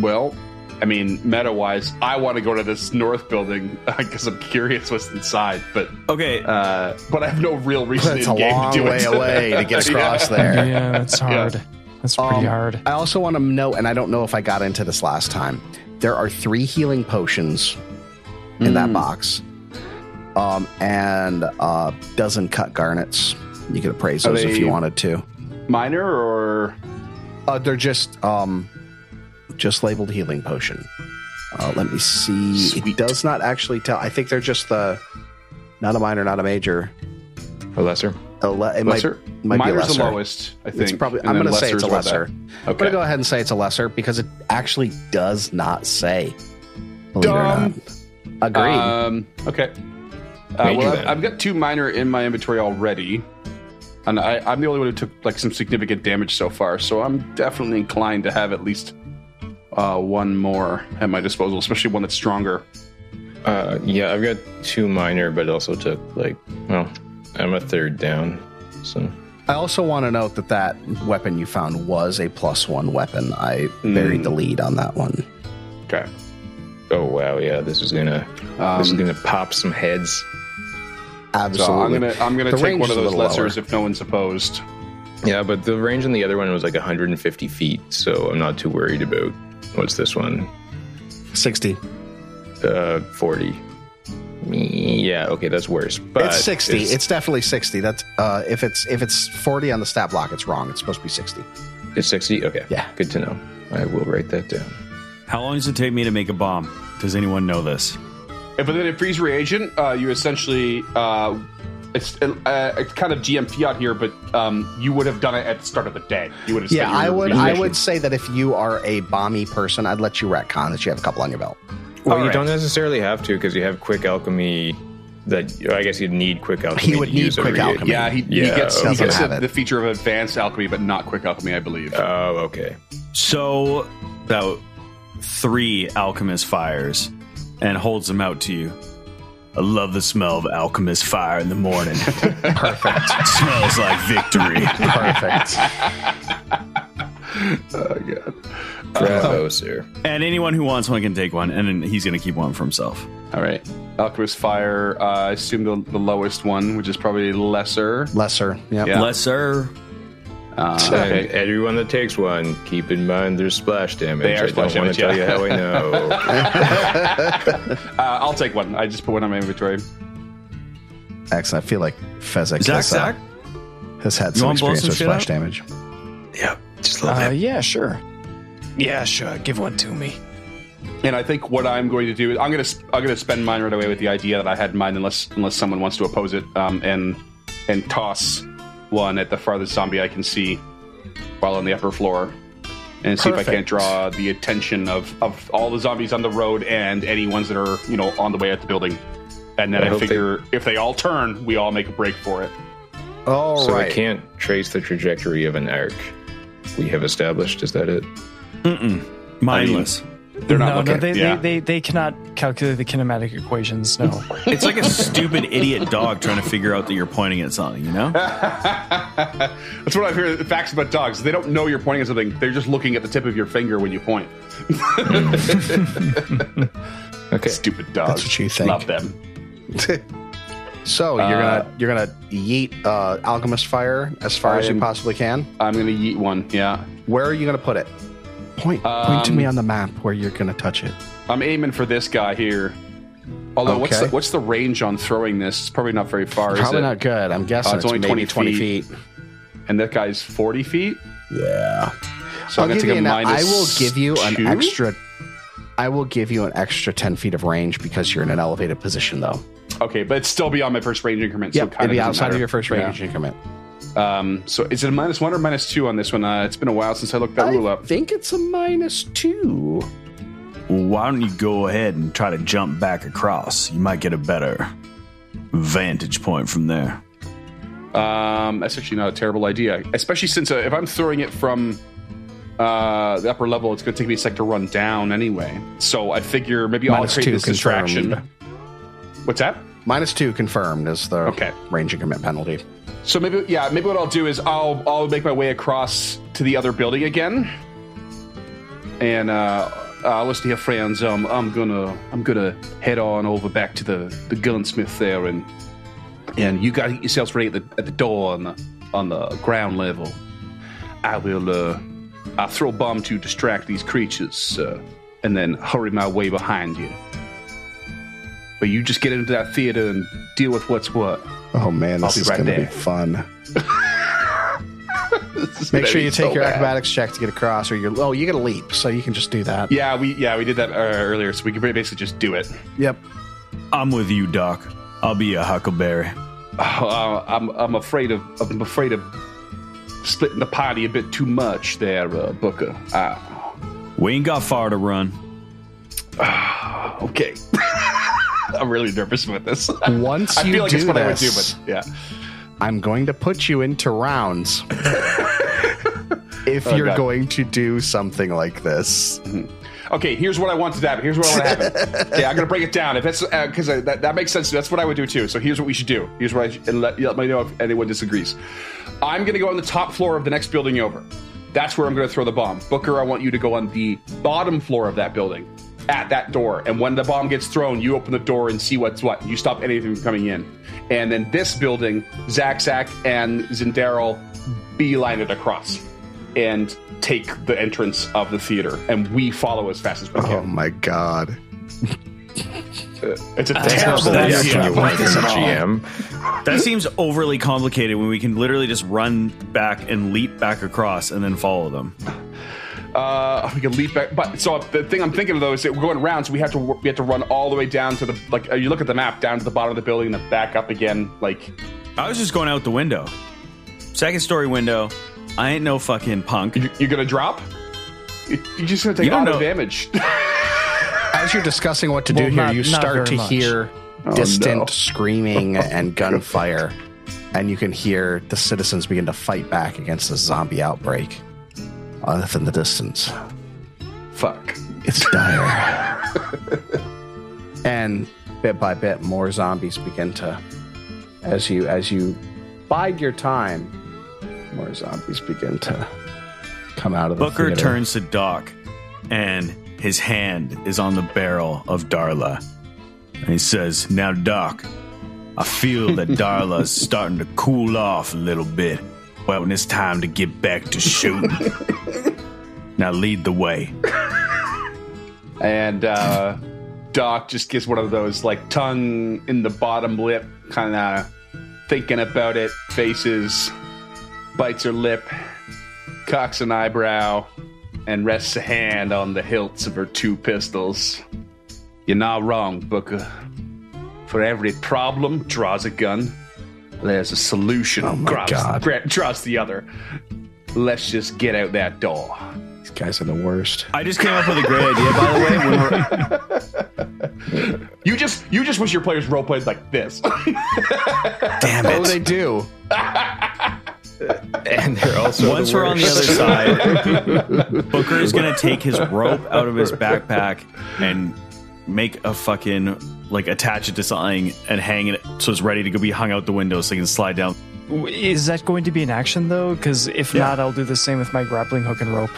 well, I mean, meta wise, I want to go to this north building [laughs] because I'm curious what's inside, but Okay, uh, but I have no real reason It's a in game long to do way it. away to get across there. [laughs] yeah, that's hard. That's pretty Um, hard. I also want to note, and I don't know if I got into this last time, there are three healing potions in that box, um, and a dozen cut garnets. You could appraise Are those if you they- wanted to. [laughs] Minor or Uh, they're just um, just labeled healing potion. Uh, let me see. It Sweet. does not actually tell. I think they're just the not a minor, not a major. A lesser. A le- it might, lesser? might be a Minor's lesser. the lowest, I think. It's probably. and I'm then going to say lesser it's a is where lesser. that- I'm going to go Okay. ahead and say it's a lesser because it actually does not say. Believe it or Dumb. not. Agreed. Um, okay. Uh, Major well, I've, then. I've got two minor in my inventory already, and I, I'm the only one who took like some significant damage so far. So I'm definitely inclined to have at least uh, one more at my disposal, especially one that's stronger. Uh, yeah, I've got two minor, but also took like, well, I'm a third down. So I also want to note that that weapon you found was a plus one weapon. I buried Hmm. the lead on that one. okay. Oh wow, yeah, this is gonna this is Um, gonna pop some heads. Absolutely. So I'm gonna I'm gonna The take range one of is a those little lessers lower. if no one's opposed. Yeah, but the range on the other one was like 150 feet, so I'm not too worried about what's this one. Sixty. Uh, 40. Mm, Yeah, okay, that's worse. But it's sixty. It's, definitely sixty. That's uh, if it's if it's forty on the stat block, it's wrong. It's supposed to be sixty. it's 60. Okay, Yeah. good to know. I will write that down. how long does it take me to make a bomb? Does anyone know this? If within a freeze reagent, uh, you essentially uh, it's uh, it's kind of GMP out here, but um, you would have done it at the start of the day. You would have spent Yeah, I your would reagent. I would say that if you are a bomby person, I'd let you retcon that you have a couple on your belt. Well, All you right. don't necessarily have to because you have quick alchemy. That I guess you'd need quick alchemy. would to need use quick every- alchemy. Yeah, he, he Yeah, gets, he doesn't gets have the, it. the feature of advanced alchemy, but not quick alchemy, I believe. Oh, okay. So, about three alchemist fires and holds them out to you. I love the smell of alchemist fire in the morning. [laughs] Perfect. It [laughs] smells like victory. [laughs] [laughs] Perfect. Uh-huh. Bravo, sir. And anyone who wants one can take one, and then he's going to keep one for himself. All right. Alchemist Fire, uh, I assume the, the lowest one, which is probably lesser. Lesser. Yep. Yeah. Lesser. Uh, And everyone that takes one, keep in mind there's splash damage. They are I splash don't want damage, to tell yeah. you how I [laughs] know. uh, I'll take one. I just put one on my inventory. Excellent. I feel like Fezzik Zach, has, uh, Zach. has had You some wanna blow experience some with splash shit up? damage. yeah, just love Uh, it. yeah, sure. Yeah, sure. Give one to me. And I think what I'm going to do is I'm going to I'm going to spend mine right away with the idea that I had mine, unless unless someone wants to oppose it, um, and and toss one at the farthest zombie I can see while on the upper floor, and see if I can't Perfect. draw the attention of of all the zombies on the road and any ones that are you know on the way at the building. And then I I, hope they- figure if they all turn, we all make a break for it. All right. so I can't trace the trajectory of an arc we have established. Is that it? Mm-mm. Mindless. They're not no, looking. no, they, yeah. they, they, they cannot calculate the kinematic equations. [laughs] No. [laughs] it's like a stupid idiot dog trying to figure out that you're pointing at something, you [laughs] [laughs] know? That's what I've heard. Facts about dogs: they don't know you're pointing at something; they're just looking at the tip of your finger when you point. Okay. Stupid dog. That's what you think. Love them. So you're uh, gonna you're gonna yeet uh, alchemist fire as far I as you am- possibly can. I'm gonna eat one. Yeah. Where are you gonna put it? Point point to Um, me on the map where you're gonna touch it. I'm aiming for this guy here. Although, what's Okay. the, what's the range on throwing this? It's probably not very far. Probably is it? not good. I'm guessing Oh, it's, it's only maybe 20 20 feet. And that guy's 40 feet. Yeah. So I'll I'm gonna give take you a an, I minus will give you an two? extra. I will give you an extra 10 feet of range because you're in an elevated position, though. Okay, but it's still beyond my first range increment. Yeah, so it'd kind be of outside of your first range increment. Um, so is it a minus one or minus two on this one? Uh, it's been a while since I looked that rule I up. think it's a minus two. Why don't you go ahead and try to jump back across? You might get a better vantage point from there. Um, that's actually not a terrible idea, especially since uh, if I'm throwing it from uh, the upper level, it's going to take me a sec to run down anyway. So I figure maybe Minus I'll two create this distraction. What's that? Minus two confirmed is the Okay. range increment penalty. So maybe yeah, maybe what I'll do is I'll I'll make my way across to the other building again, and uh, uh listen here, friends. Um, I'm gonna I'm gonna head on over back to the the gunsmith there, and and you got yourselves ready at the at the door on the on the ground level. I will uh, I throw a bomb to distract these creatures, uh, and then hurry my way behind you. But you just get into that theater and deal with what's what. [laughs] Oh man, I'll this be is right going to be there. fun. This is Make gonna sure be you take so your bad. acrobatics check to get across, or your oh, you get a leap, so you can just do that. Yeah, we yeah we did that uh, earlier, so we could basically just do it. Yep. I'm with you, Doc. I'll be a huckleberry. Uh, I'm I'm afraid of I'm afraid of splitting the party a bit too much there, uh, Booker. Uh, We ain't got far to run. okay, [laughs] I'm really nervous with this. Once I you feel like do it's what I would do, this, but yeah, I'm going to put you into [laughs] rounds. if you're Oh, God. going to do something like this, okay. Here's what I want to happen. Here's what I want to [laughs] happen. yeah, I'm gonna break it down. If that's because uh, that that makes sense, that's what I would do too. So here's what we should do. Here's what I sh- and let, let me know if anyone disagrees. I'm gonna go on the top floor of the next building over. That's where I'm going to throw the bomb. Booker, I want you to go on the bottom floor of that building at that door. And when the bomb gets thrown, you open the door and see what's what. You stop anything from coming in. And then this building, Zack Zack and Zindaryl beeline it across and take the entrance of the theater. And we follow as fast as we oh can. my god. It's a not terrible the That's idea. what you Yeah, want as this a is all. GM. That seems overly complicated when we can literally just run back and leap back across and then follow them. Uh, we can leap back, but so the thing I'm thinking of though is that we're going rounds. we have to we have to run all the way down to the like. uh, You look at the map down to the bottom of the building, and then back up again. Like I was just going out the window. Second story window. I ain't no fucking punk. You- You're gonna drop? You- You're just gonna take You a don't lot of know. damage. [laughs] As you're discussing what to do Well, here, not- you not start very to much. hear distant Oh, no. [laughs] Oh, screaming and gunfire, and you can hear the citizens begin to fight back against the zombie outbreak. Off in the distance, Fuck. It's dire. [laughs] and bit by bit, more zombies begin to, as you as you bide your time, more zombies begin to come out of the Booker theater. turns to Doc, and his hand is on the barrel of Darla. And he says, Now, Doc, I feel that Darla's starting to cool off a little bit. Well, and it's time to get back to shooting. now, lead the way. And uh, Doc just gets one of those like tongue in the bottom lip kind of thinking about it. Faces, bites her lip, cocks an eyebrow, and rests a hand on the hilts of her two pistols. You're not wrong, Booker. For every problem draws a gun. There's a solution. Oh my grabs, God. gra- draws the other. Let's just get out that door. These guys are the worst. I just came up with a great idea, by the way. When we're, You just you just wish your players role played like this. [laughs] damn it. they do. And they're also Once the we're on the other worst. side, Booker is going to take his rope out of his backpack and make a fucking like attach it to something and hang it so it's ready to go be hung out the window so he can slide down. W- Is that going to be an action though? Because if not, I'll do the same with my grappling hook and rope.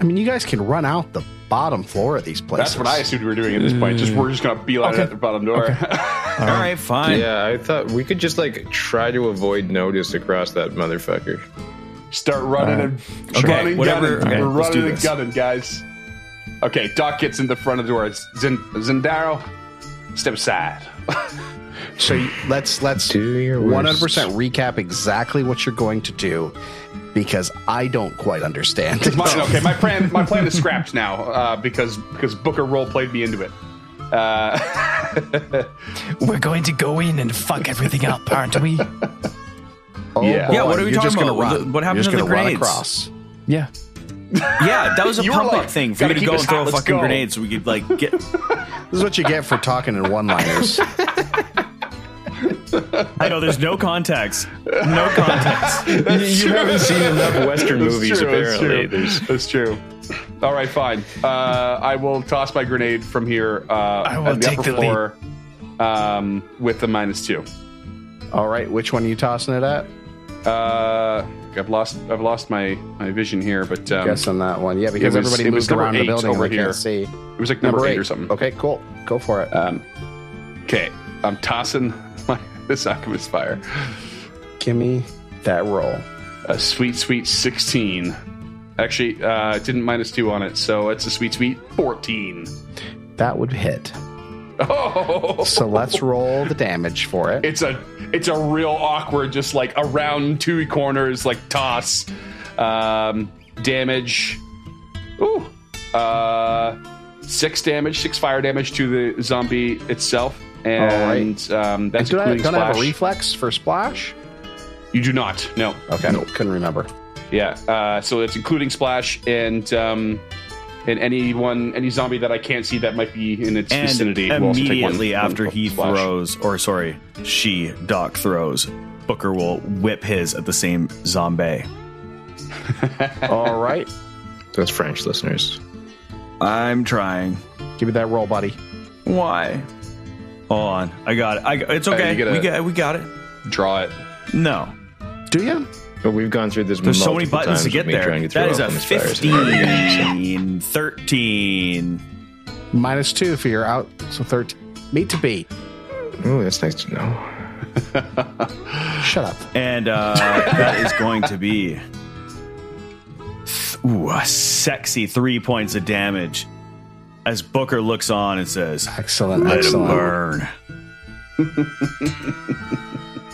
I mean, you guys can run out the bottom floor of these places. That's what I assumed we were doing at this point. Just we're just gonna beeline Okay. out the bottom door. All right, fine. Yeah, I thought we could just like try to avoid notice across that motherfucker. [laughs] Start running and Okay, running, whatever- gunning. okay, we're let's do running and this. gunning, guys. Okay, Doc gets in the front of the door. It's Zin- Zendaro, step aside. So you- let's let's Do your worst. one hundred percent recap exactly what you're going to do because I don't quite understand. Mine, okay, my plan my plan is scrapped now uh, because because Booker Roll played me into it. Uh, We're going to go in and fuck everything up, aren't [laughs] we? [laughs] Oh, Yeah. boy, Yeah, what are we you're talking just gonna about? run. The- what happened You're just to the gonna run grenades? across. Yeah. Yeah, that was a You were pump like, up thing for you gotta to keep go us and throw hot, a let's fucking go. grenade so we could like get. This is what you get for talking in one-liners. I know there's no context, [laughs] no context. You, you [laughs] haven't seen enough Western movies, apparently. That's There's true. That's true. All right, fine. Uh, I will toss my grenade from here. Uh, I will take the lead. um, with the minus two. All right, which one are you tossing it at? Uh, I've lost. I've lost my, my vision here, but um, Guess on that one. Yeah, because it was- everybody it was moved number around the eight building. over Over here. Can't see. it was like number, eight, or something. Okay, cool. Go for it. Uh, Um, okay, I'm tossing [laughs] my this alchemist fire. Give me that roll. A sweet, sweet sixteen. Actually, uh, it didn't minus two on it, so it's a sweet, sweet fourteen. [laughs] That would hit. Oh, So let's roll the damage for it. it's a it's a real awkward, just like around two corners, like toss, um, damage. Ooh, uh, six damage, six fire damage to the zombie itself, and um, that's Do I, including don't I have a splash. reflex for splash? you do not, no. Okay, couldn't remember. Yeah. Uh, so it's including splash and um, and anyone any zombie that I can't see that might be in its And vicinity. will also take one- immediately one after he splash. throws, or sorry, she Doc throws, Booker will whip his at the same zombie. [laughs] All right, those French listeners. I'm trying. give me that roll, buddy. Why? Hold on, I got it. I, got- it's okay. you gotta- we got we got it. draw it. No, Do you? But we've gone through this. There's so many multiple buttons to times get with me there. trying to that throw is a alchemist fires. 15, 13. Minus two for your out. So thirteen. Meet to beat. Ooh, that's nice to know. Shut up. And uh, that is going to be ooh, a sexy three points of damage as Booker looks on and says, Excellent. Let him excellent. burn.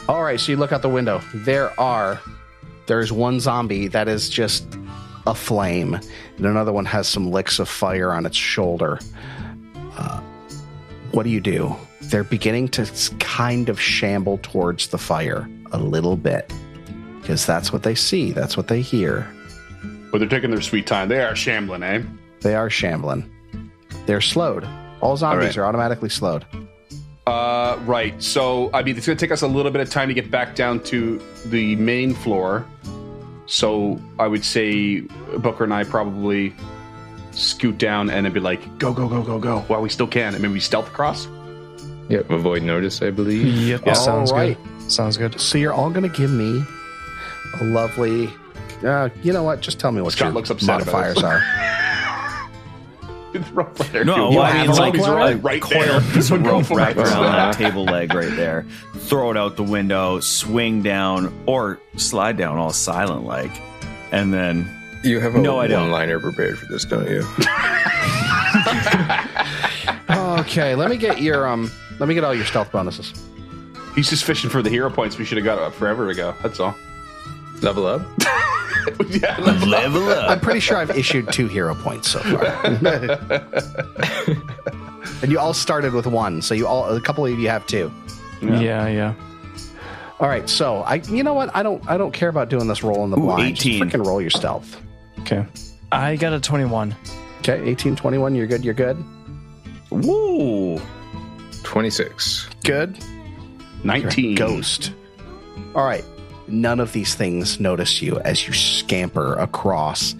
All right, so you look out the window. There are there's one zombie that is just aflame, and another one has some licks of fire on its shoulder. Uh, what do you do? They're beginning to s- kind of shamble towards the fire a little bit because that's what they see, that's what they hear. But they're taking their sweet time. They are shambling, eh? They are shambling. They're slowed. All zombies right. are automatically slowed. Uh, right. So I mean, it's going to take us a little bit of time to get back down to the main floor. So I would say Booker and I probably scoot down and it'd be like, go, go, go, go, go, while we still can, and maybe stealth across. [laughs] Yep, avoid notice, I believe. Yep. Yeah. Sounds All right. good. Sounds good. So you're all going to give me a lovely. Uh, you know what? Just tell me what Scott your looks upset about modifiers it. are. No, You well, I have mean, a like, rope a ladder? Right coiled [laughs] [laughs] there. piece of Go rope for wrapped it. around that table leg right there. Throw it out the window, swing down, or slide down all silent like. And then You have a No, I don't. one-liner prepared for this, don't you? [laughs] okay, let me get your um. Let me get all your stealth bonuses. He's just fishing for the hero points. We should have got up forever ago. That's all. [laughs] Level up. yeah, I'm [laughs] level up. pretty sure I've issued two hero points so far. [laughs] and you all started with one, so you all a couple of you have two. Yeah. Yeah. All right, so I you know what I don't I don't care about doing this roll in the Ooh, blind. Just 18. Freaking roll your stealth. Okay. I got a 21. Okay, 18, 21, You're good. You're good. Woo! Twenty-six. Good. You're a 19. ghost. All right. None of these things notice you as you scamper across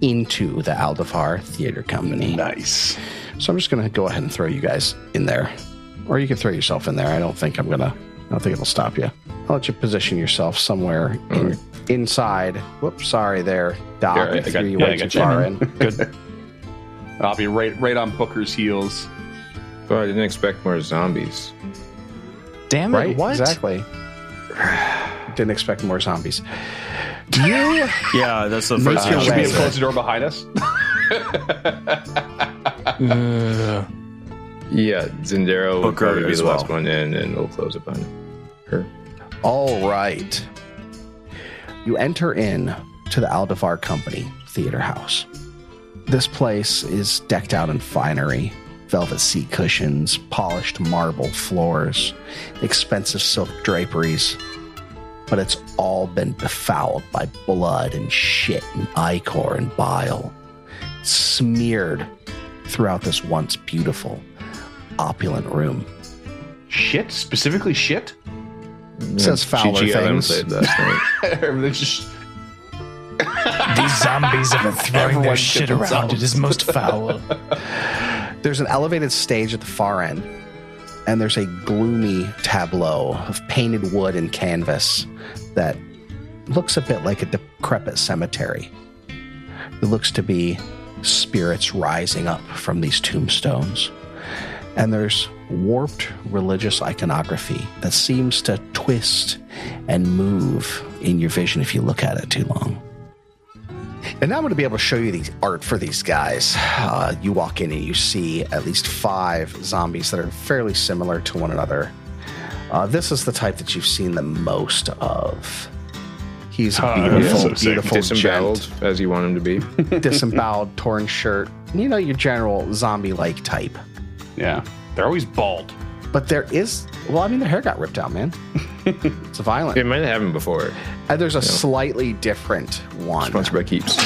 into the Aldafar Theater Company. Nice. So I'm just going to go ahead and throw you guys in there, or you can throw yourself in there. I don't think I'm gonna. I don't think it'll stop you. I'll let you position yourself somewhere in- inside. Whoops, sorry there, Doc. Yeah, I I got- threw you yeah, I way got too you. far in. Good. I'll be right right on Booker's heels. Well, I didn't expect more zombies. Damn it! right? what? Exactly. [sighs] Didn't expect more zombies. You Yeah, that's the Make first your thing. I Should we was way. have gonna closed the door behind us? [laughs] Ugh. Yeah, Zendero will Booker probably be as the well. last one in, and we'll close upon her. All right. You enter in to the Aldevar Company Theater House. This place is decked out in finery velvet seat cushions, polished marble floors, expensive silk draperies. But it's all been befouled by blood and shit and ichor and bile, smeared throughout this once beautiful, opulent room. Shit, specifically shit. Says fouler GGLM things. played last night. [laughs] Everything's just These zombies have been throwing Everyone their shit did around. themselves. It is most [laughs] foul. There's an elevated stage at the far end, and there's a gloomy tableau of painted wood and canvas that looks a bit like a decrepit cemetery. It looks to be spirits rising up from these tombstones. And there's warped religious iconography that seems to twist and move in your vision if you look at it too long. And now I'm going to be able to show you the art for these guys. Uh, you walk in and you see at least five zombies that are fairly similar to one another. Uh, this is the type that you've seen the most of. He's a Ah, beautiful, that's so sick. beautiful, gent Disemboweled, as you want him to be. disemboweled, torn shirt. You know, your general zombie like type. yeah. They're always bald. But there is, well, I mean, their hair got ripped out, man. it's violent. It might have happened before. and there's a slightly different one Sponsored by Keeps.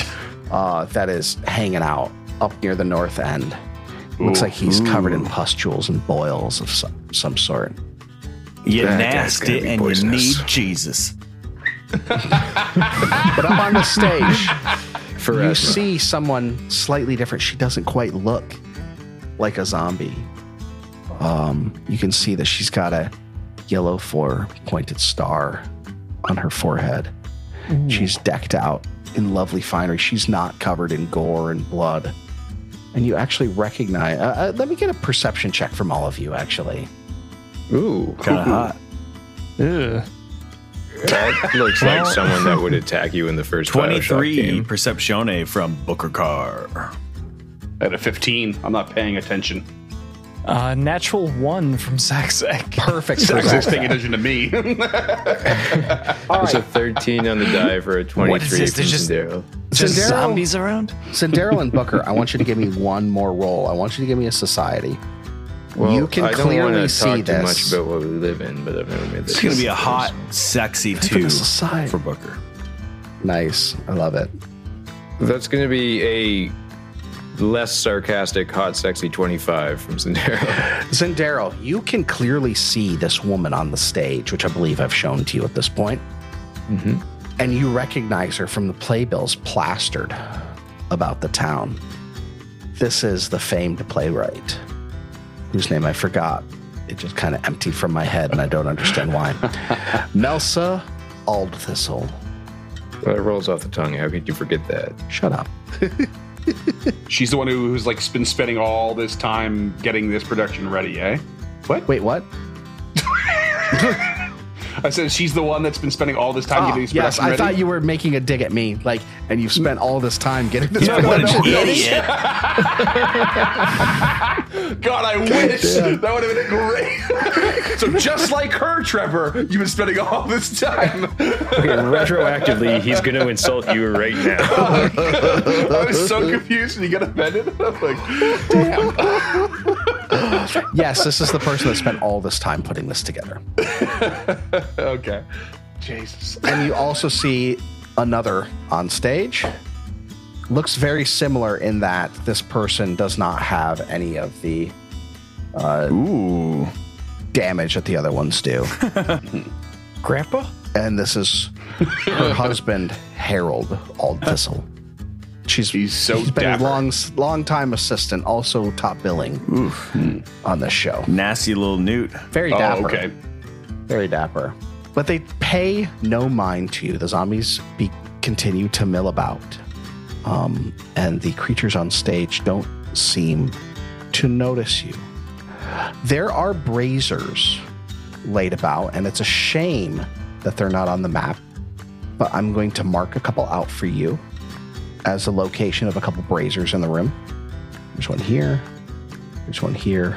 uh, that is hanging out up near the north end. Looks like he's covered in pustules and boils of some, some sort. You're That guy's gonna nasty be and you need poisonous. Jesus. But up on the [laughs] stage, For you us, see someone slightly different. She doesn't quite look like a zombie. Um, you can see that she's got a yellow four pointed star on her forehead. She's decked out in lovely finery. She's not covered in gore and blood. And you actually recognize. Uh, uh, let me get a perception check from all of you, actually. Ooh, Kind of hot. Ugh. that looks like someone that would attack you in the first Bioshock 23 game. Perceptione from Booker Carr. At a 15, I'm not paying [laughs] attention. Uh, natural one from Zack. Perfect. Zach's just perception. paying attention to me. All It's a right. 13 on the die for a 23 What is this? from They're just- Zendero. Just Sandero- zombies around? So Daryl and Booker, I want you to give me one more roll. I want you to give me a society. you can I don't clearly wanna see talk too much this. about what we live in, but I've never made this. It's going to be a hot, sexy two a society. for Booker. Nice. I love it. That's going to be a less sarcastic, hot, sexy 25 from Zendero. Zendaro, you can clearly see this woman on the stage, which I believe I've shown to you at this point. Mm-hmm. Mhm. And you recognize her from the playbills plastered about the town. This is the famed playwright, whose name I forgot. It just kind of emptied from my head, and I don't understand [laughs] why. Melsa Aldthistle. well, it rolls off the tongue. How could you forget that? Shut up. [laughs] She's the one who, who's like been spending all this time getting this production ready, eh? What? Wait, what? I said she's the one that's been spending all this time Ah, getting this yes, production I ready. thought you were making a dig at me, like, and you've spent all this time getting this. Yeah, what an idiot. God, I wish that would have been great. [laughs] so just like her, Trevor, you've been spending all this time. [laughs] Retroactively, he's going to insult you right now. I was so confused when you got offended. [laughs] I was like, damn. yes, this is the person that spent all this time putting this together. Okay. Jesus. And you also see another on stage. Looks very similar in that this person does not have any of the Ooh. damage that the other ones [laughs] do. Grandpa? And this is her husband, Harold Aldthistle. She's He's so he's been dapper. a long, long time assistant, also top billing on this show. Nasty [laughs] little newt. Very Oh, dapper. okay. very dapper. But they pay no mind to you. The zombies be, continue to mill about, um, and the creatures on stage don't seem to notice you. There are brazers laid about, and it's a shame that they're not on the map. But I'm going to mark a couple out for you as the location of a couple brazers in the room. There's one here, there's one here,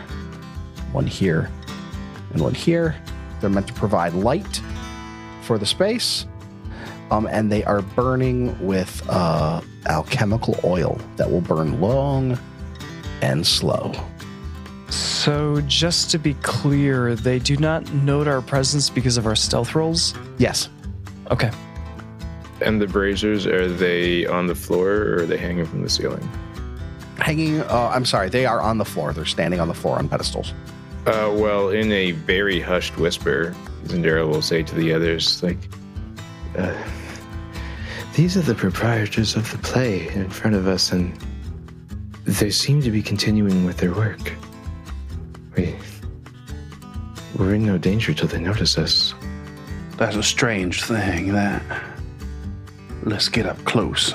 one here, and one here. They're meant to provide light for the space, um, and they are burning with uh, alchemical oil that will burn long and slow. So, just to be clear, they do not note our presence because of our stealth rolls. Yes, Okay. And the braziers, are they on the floor or are they hanging from the ceiling? hanging. Uh, I'm sorry, they are on the floor. They're standing on the floor on pedestals. Uh, well, in a very hushed whisper, Zendera will say to the others, like, uh, These are the proprietors of the play in front of us, and they seem to be continuing with their work. We, we're in no danger till they notice us. That's a strange thing, that. Let's get up close.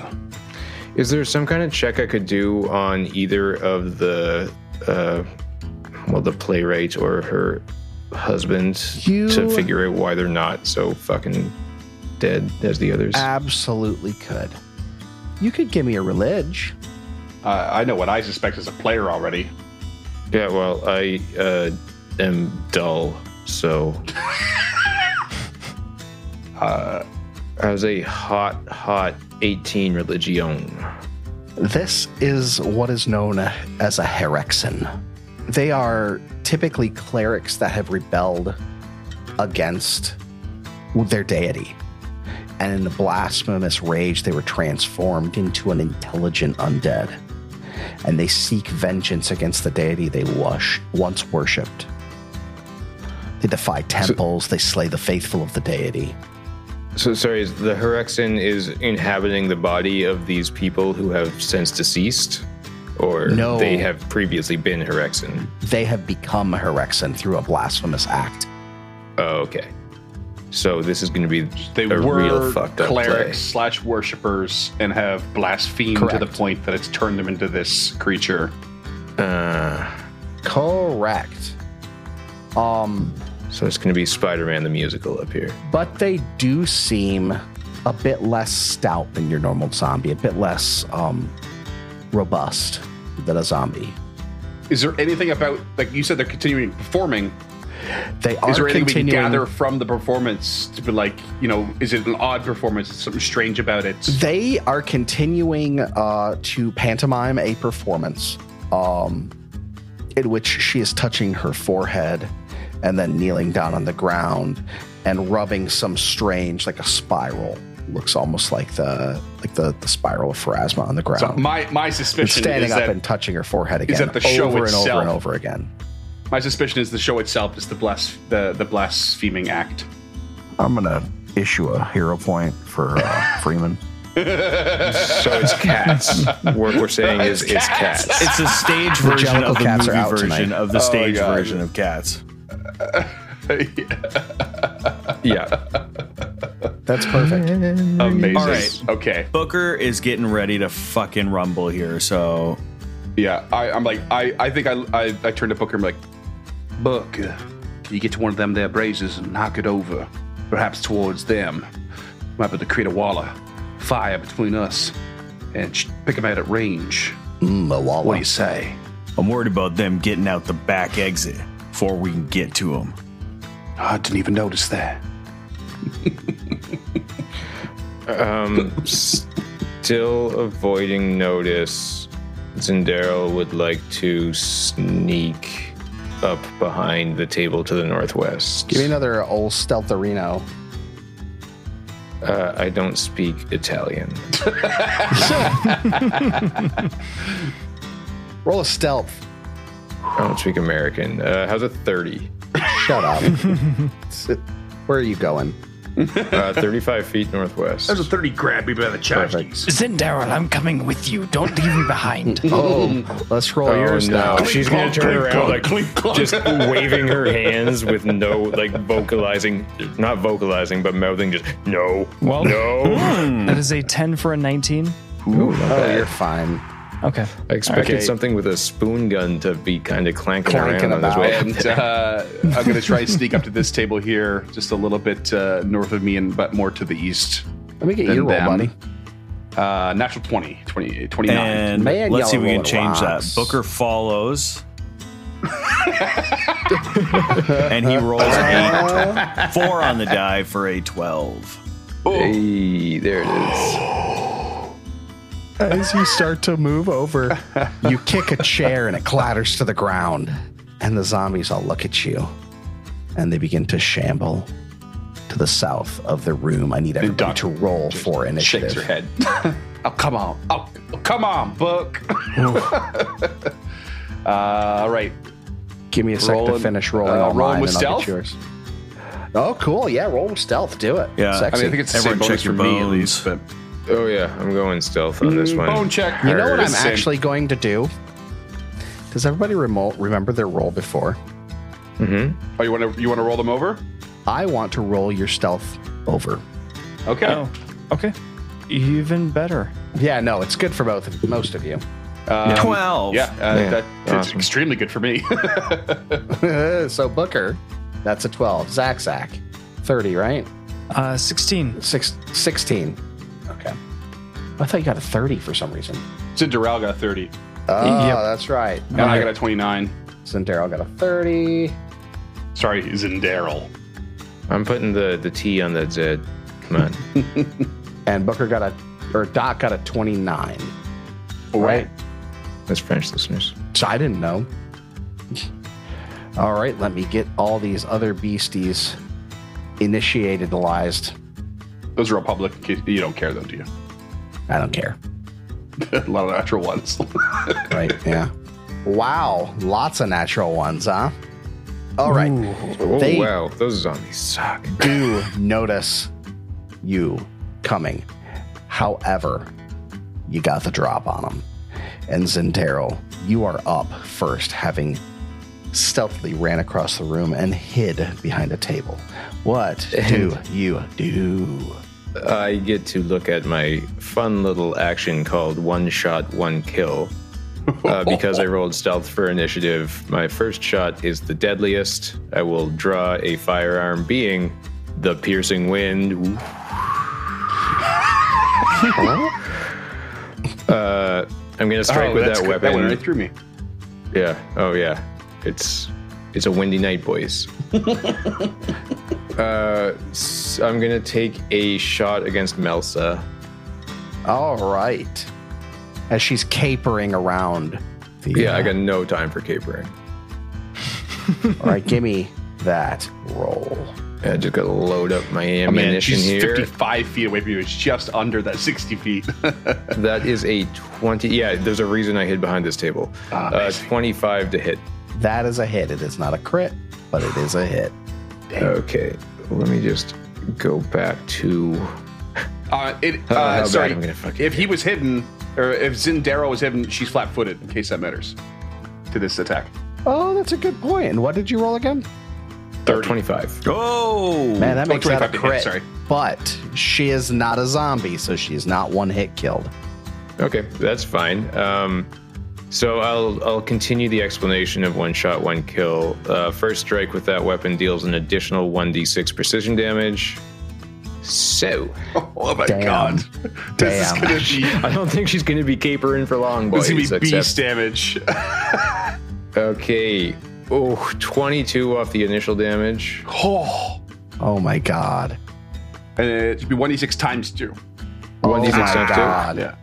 Is there some kind of check I could do on either of the, uh, well, the playwright or her husband You to figure out why they're not so fucking dead as the others? Ah. absolutely could. You could give me a religion. Uh, I know what I suspect as a player already. yeah, well, I uh, am dull, so Uh, I was a hot, hot 18 religion. This is what is known as a herexin. They are typically clerics that have rebelled against their deity. And in a blasphemous rage, they were transformed into an intelligent undead. And they seek vengeance against the deity they wash, once worshipped. They defy temples, they slay the faithful of the deity. So, sorry, is the Herexin is inhabiting the body of these people who have since deceased? Or No. they have previously been Herexin? They have become herexin through a blasphemous act. Oh, okay. So this is going to be they a were real fucked up clerics play. slash worshippers and have blasphemed to the Correct. point that it's turned them into this creature. Uh, Correct. Um, so it's going to be Spider-Man the musical up here. but they do seem a bit less stout than your normal zombie, a bit less um, robust than a zombie. Is there anything about like you said they're continuing performing? They are Is there anything we can continuing. gather from the performance to be like, you know, is it an odd performance? Is something strange about it? They are continuing uh, to pantomime a performance um, in which she is touching her forehead and then kneeling down on the ground and rubbing some strange, like a spiral. Looks almost like the like the, the spiral of Pharasma on the ground. So my my and suspicion standing is up that and touching her forehead again is that the show over and over itself? and over again. my suspicion is the show itself is the blas- the the blaspheming [laughs] act. I'm gonna issue a hero point for [sighs] uh, Freeman. [laughs] So it's cats. what we're [laughs] saying is it's cats. It's a stage version Jellicle of the cats are movie out version tonight. Oh, of the my stage God. version of cats. yeah. That's perfect. Amazing. All right. Okay. Booker is getting ready to fucking rumble here, so Yeah. I, I'm like I I think I I, I turned to Booker. I'm like, Book, uh, can you get to one of them there brazes and knock it over? Perhaps towards them. Might be able to create a wall of fire between us and sh- pick them out at range. Mm, a What do Lala. you say? I'm worried about them getting out the back exit before we can get to them. I didn't even notice that. Um, still avoiding notice, Zendero would like to sneak up behind the table to the northwest. Give me another old stealtherino. uh, I don't speak Italian. Roll a stealth. I don't speak American. Uh, how's a 30? Shut [laughs] up. Sit- Where are you going? [laughs] Uh, 35 feet northwest. there's a thirty grab me by the chassis. Zindaryl, I'm coming with you. Don't leave me behind. Oh, [laughs] let's roll Oh, yours no. now. She's gonna turn around like [laughs] just uh, waving her hands with no like vocalizing, not vocalizing, but mouthing just no, Well- no. hmm. that is a 10 for a 19. Oh, you're fine. Okay. I expected Okay. something with a spoon gun to be kind of clanking, Clanking around on his about. way. up And uh, I'm going to try and sneak up to this table here, just a little bit uh, north of me, and but more to the east. Let me get than you a roll, them. buddy. Uh, natural 20, 20 29. And Man, let's see if yellow we can roller change rocks. that. [laughs] Booker follows. and he rolls an Uh, eight. Four on the die for a 12. Hey, there it is. As you start to move [laughs] over, you kick a chair and it clatters to the ground. And the zombies all look at you. And they begin to shamble to the south of the room. I need everybody duck. to roll for Shakes her initiative. [laughs] head. oh, come on. Oh, come on, book. [laughs] uh, all right. Give me a sec to Rolling- finish rolling uh, all rolling mine with and I'll get stealth? yours. Oh, cool. Yeah, roll with stealth. Do it. Yeah. I mean, I Sexy. mean, I think it's the Everyone same bonus check your for me at bones. least, but Oh yeah, I'm going stealth on this one. bone check. You know what Or I'm same- actually going to do? Does everybody remo- remember their roll before? Oh, you want to you want to roll them over? I want to roll your stealth over. Okay. Oh. Okay. Even better. Yeah, no, it's good for both of most of you. [laughs] Um, 12. Yeah, uh, Yeah, that is awesome. extremely good for me. [laughs] so Booker, that's a 12. Zach, Zach, 30, right? Uh, 16. Six, 16. Okay. I thought you got a 30 for some reason. Cinderella got 30, Oh, Yep. that's right. and I got a 29. Cinderella got a 30. Sorry, Zindaryl. I'm putting the the T on that Z. Come on. And Booker got a, or Doc got a 29. Right. That's French listeners. So I didn't know. All right, let me get all these other beasties initiatedized. Those are all public. in case- You don't care, though, do you? [laughs] I don't care. a lot of natural ones. Right. Yeah. Wow. Lots of natural ones, huh? All right. Oh They- wow, those zombies suck. Do notice you coming. However, you got the drop on them. And Zentero, you are up first, having stealthily ran across the room and hid behind a table. What do you do? I get to look at my fun little action called one shot, one kill. [laughs] Uh, because I rolled stealth for initiative, my first shot is the deadliest. I will draw a firearm being the piercing [laughs] wind. uh, I'm going to strike Oh, with that's that good. That weapon. went right through me. yeah. Oh, yeah. It's it's a windy [laughs] night, boys. uh, s I'm going to take a shot against Melsa. All right. As she's capering around the. Yeah, I got no time for capering. All right, give me that roll. I just gotta load up my Oh, man, ammunition she's here. 55 feet away from you. It's just under that 60 feet. [laughs] Uh, That is a 20. Yeah, there's a reason I hid behind this table. Ah, uh, amazing. 25 to hit. That is a hit. It is not a crit, but it is a hit. Okay, let me just go back to. Uh, it, I don't know how uh, bad sorry, I'm gonna fucking if he was hidden, or if Zindaro was hidden, she's flat-footed. In case that matters, to this attack. [laughs] Oh, that's a good point. And what did you roll again? 30. 25. Oh. Man, that Oh, makes that a 25 to hit, crit. sorry. But she is not a zombie, so she is not one hit killed. Okay, that's fine. Um, so I'll I'll continue the explanation of one shot, one kill. Uh, first strike with that weapon deals an additional 1d6 precision damage. So Oh my Damn. god, [laughs] this Damn. is [laughs] gonna be I don't think she's gonna be capering for long, boys. this is gonna be beast except- damage. [laughs] Okay. Oh, 22 off the initial damage. oh, Oh my god. and it should be 1d6 times two. Oh 1d6 times two? Yeah.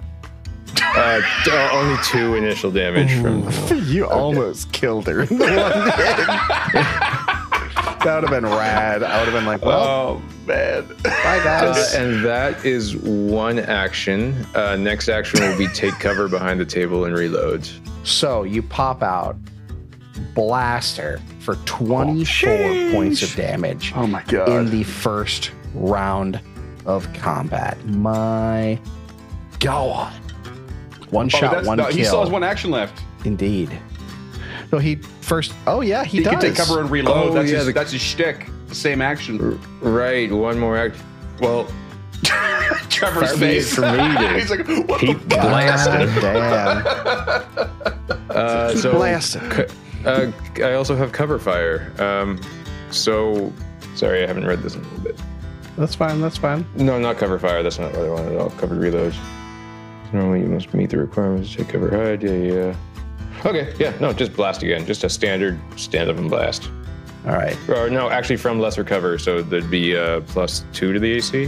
Uh, d- uh, only two initial damage from. [laughs] You almost killed her. in the one hit. [laughs] that would have been rad. I would have been like, well, Oh man. bye [laughs] Uh, guys. and that is one action. Uh, next action will be take cover behind the table and reload. So you pop out, blast her for 24 points of damage. Oh my god. in the first round of combat. My God. One Oh, but shot, that's- one no, kill. He still has one action left. Indeed. No, he first. Oh, yeah, he, He does. can take cover and reload. Oh, that's, yeah, his, the- that's his shtick. The same action. Right, one more act. Well, cover his Far be it face. for me [laughs] to He's like, what the Keep blasting. damn. Uh, so Blast it. co- uh, I also have cover fire. Um, so sorry, I haven't read this in a little bit. That's fine. That's fine. No, not cover fire. That's not what I wanted at all. Covered reloads. Normally, you must meet the requirements to take cover hide. Yeah, yeah. Okay, yeah, no, just blast again. Just a standard stand up and blast. All right. Or no, actually from lesser cover, so there'd be uh, plus two to the AC.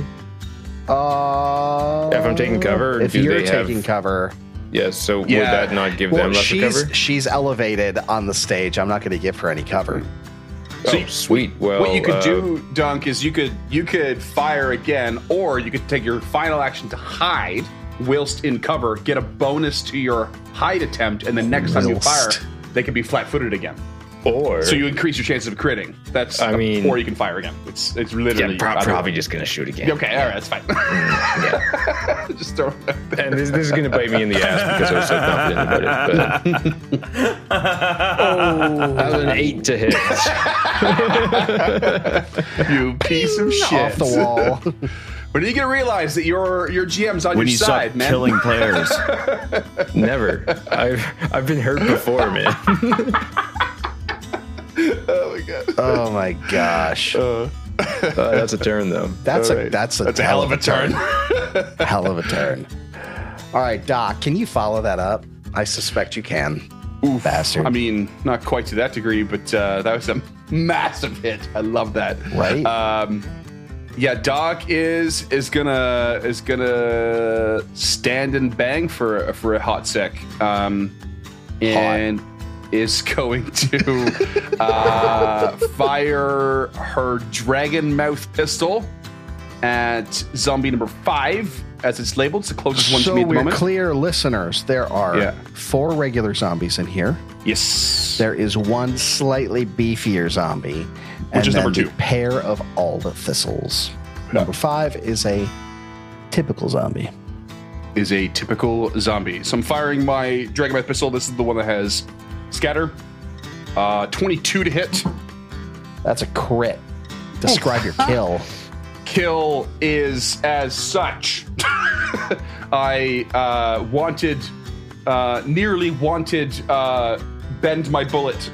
Uh, If I'm taking cover, if do you're they have- taking cover, Yes, so Yeah. would that not give well, them lesser she's cover? she's elevated on the stage. I'm not going to give her any cover. So oh, you- sweet. Well, What you could uh, do, Dunk, is you could you could fire again, or you could take your final action to hide whilst in cover, get a bonus to your hide attempt, and then next time you fire, Whilst. they can be flat-footed again. uh, or So you increase your chances of critting. That's I mean- or you can fire again. It's it's yeah, literally I prob- don't- probably just gonna shoot again. Okay, all right, that's fine. [laughs] just throw it out there. And this, this is gonna bite me in the ass because I was so confident about it. But that was an eight to hit. you piece of shit. Off the wall. [laughs] But you gonna realize that your your GM's on when your you side, start man. [laughs] killing players. Never. I've I've been hurt before, man. Uh, Oh my god. oh my gosh. Uh, that's a turn though. That's a Alright. that's a That's a [laughs] hell of a turn. turn. [laughs] hell of a turn. All right, Doc, can you follow that up? I suspect you can. Bastard. I mean, not quite to that degree, but uh, that was a [laughs] massive hit. I love that. Right? Um, yeah, Doc is is gonna is gonna stand and bang for for a hot sec, um, and is going to [laughs] uh, fire her dragon mouth pistol at zombie number five, as it's labeled. It's the closest one so to me at the we're moment. clear, listeners. There are Yeah. four regular zombies in here. yes. There is one slightly beefier zombie, and is then number the two. pair of all the thistles. Number five is a typical zombie. is a typical zombie. So I'm firing my Dragon Breath pistol. This is the one that has scatter. Uh, 22 to hit. That's a crit. Describe your [laughs] kill. Kill is as such. [laughs] I uh, wanted, uh, nearly wanted, uh, bend my bullet.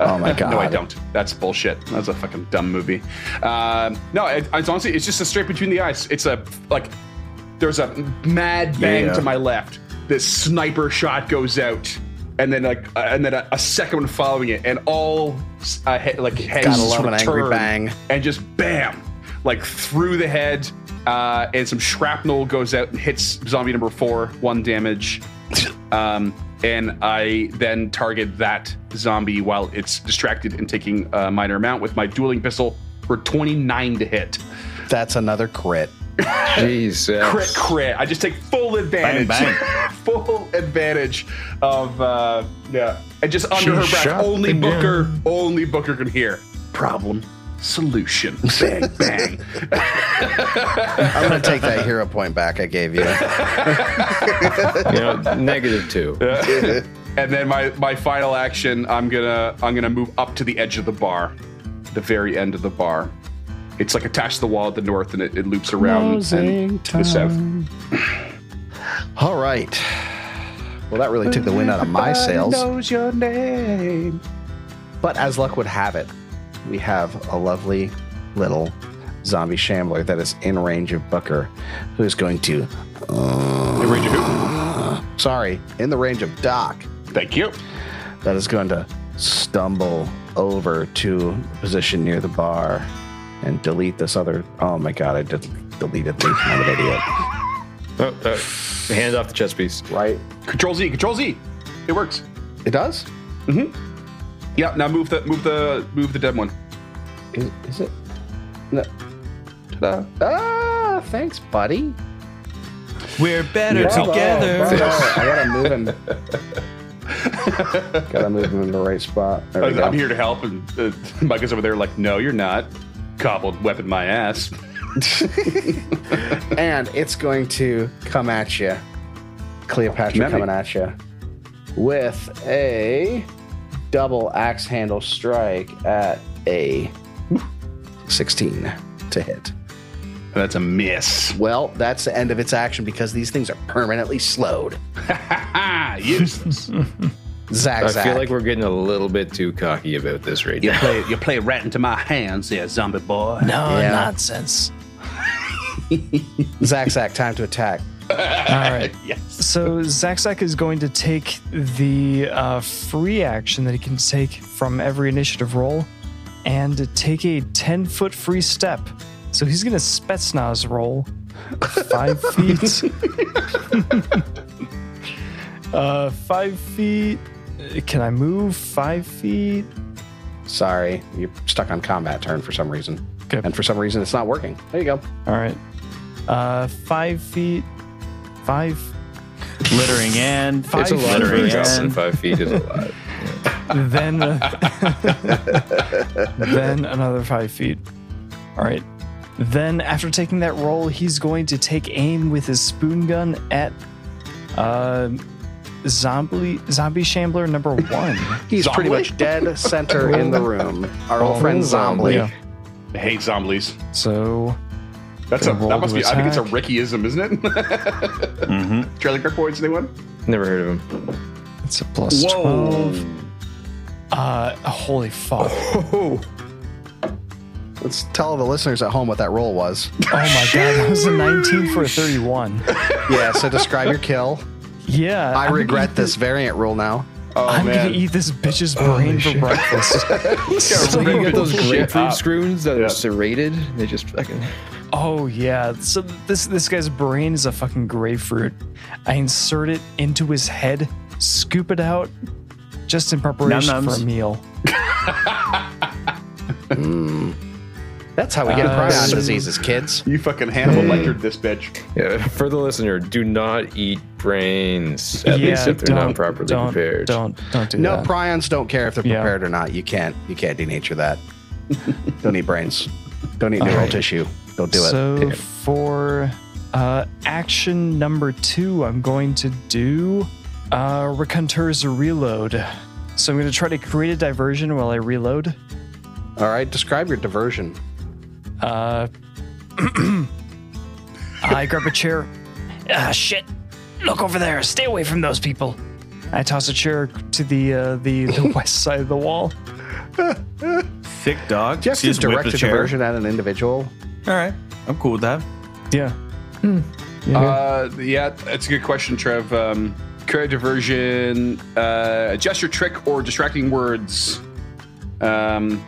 Oh my god! no, I don't. That's bullshit. That's a fucking dumb movie. Um, no, it, it's honestly, it's just a straight between the eyes. It's a like, there's a mad bang Yeah. to my left. This sniper shot goes out, and then like, uh, and then a, a second one following it, and all uh, he, like heads Gotta love sort an of angry turn bang. and just bam, like through the head. Uh, and some shrapnel goes out and hits zombie number four, one damage. Um, and I then target that zombie while it's distracted and taking a minor amount with my dueling pistol for 29 to hit. That's another crit. Jeez. uh, Crit, crit. I just take full advantage. bang. [laughs] full advantage of, uh, yeah. And just under her breath, only Booker, only Booker can hear. Problem, solution. [laughs] Bang, bang. I'm gonna take that hero point back I gave you. You know, negative two. and then my my final action i'm gonna i'm gonna move up to the edge of the bar the very end of the bar it's like attached to the wall at the north and it, it loops around and to the south All right. Well, that really took the wind out of my sails. knows your name But as luck would have it, we have a lovely little zombie shambler that is in range of Booker, who is going to. uh, the range of who Sorry, in the range of Doc, thank you that is going to stumble over to a position near the bar and delete this other. Oh my god, I just deleted the [laughs] I'm an idiot. Oh, uh, hand off the chess piece. Right? control z control z it works It does? yeah now move the move the move the dead one Is, is it? No. Ta-da. Ah, thanks, buddy. We're better Bravo, together. bravo. I gotta move him. [laughs] gotta move him in the right spot. There we I, go. i'm here to help and uh, [laughs] micah's over there like no you're not cobbled weapon my ass [laughs] And it's going to come at you. Cleopatra Many. coming at you with a double axe handle strike at a 16 to hit. That's a miss. Well, that's the end of its action because these things are permanently slowed. Ah, Useless. Zach, I Zach. feel like we're getting a little bit too cocky about this right You now. play you play right into my hands there, zombie boy. No Yeah. nonsense. Zach, Zach, time to attack. All right. yes. So Zaxxack is going to take the uh, free action that he can take from every initiative roll and take a 10 foot free step. So he's going to Spetsnaz roll five feet. [laughs] uh, five feet. Can I move five feet? Sorry, you're stuck on combat turn for some reason. Okay. And for some reason, it's not working. There you go. All right. Uh, five feet. Five. Littering and it's a lot for a littering drop in and five feet is a lot. then uh, [laughs] then another five feet. All right. Then after taking that roll, he's going to take aim with his spoon gun at uh, zombie zombie shambler number one. He's pretty much dead center [laughs] in the room. Our old friend Zombie. Yeah. I hate zombies. So That's a Roll that must to be. I think it's a attack. Mm-hmm. Rickyism, isn't it? [laughs] Mhm. Charlie Kirk Boyd's new one. Never heard of him. it's a plus twelve. Uh, holy fuck! Oh Oh, Let's tell the listeners at home what that roll was. my god, that was a nineteen for a thirty-one. [laughs] yeah, so describe your kill. Yeah, I I'm gonna regret eat this variant rule now. oh I'm man. gonna eat this bitch's brain for breakfast. So- You get those Shit grapefruit up. screws that Yeah. are serrated. They just fucking. Oh yeah. So this this guy's brain is a fucking grapefruit. I insert it into his head, scoop it out, just in preparation Num-nums. for a meal. That's how we get prion Uh, so- diseases, kids. You fucking Hannibal Mm. Lectered this bitch. Yeah, [laughs] for the listener, do not eat brains. At least if they're don't- not properly don't, prepared. Don't don't do No, that. prions don't care if they're Yeah. prepared or not. You can't. You can't denature that. don't eat brains. Don't eat neural right. tissue. Don't do it. so for uh, action number two, I'm going to do uh, Reconteur's reload. So I'm going to try to create a diversion while I reload. All right. Describe your diversion. Uh, I grab a chair. Ah, shit! Look over there. Stay away from those people. I toss a chair to the uh, [laughs] the, the west side of the wall. thick dog. Do you have She to just whipped direct the a chair. diversion at an individual? All right, I'm cool with that. Yeah. Uh, yeah, that's a good question, Trev. Um, creative diversion, uh, a gesture trick, or distracting words. Um,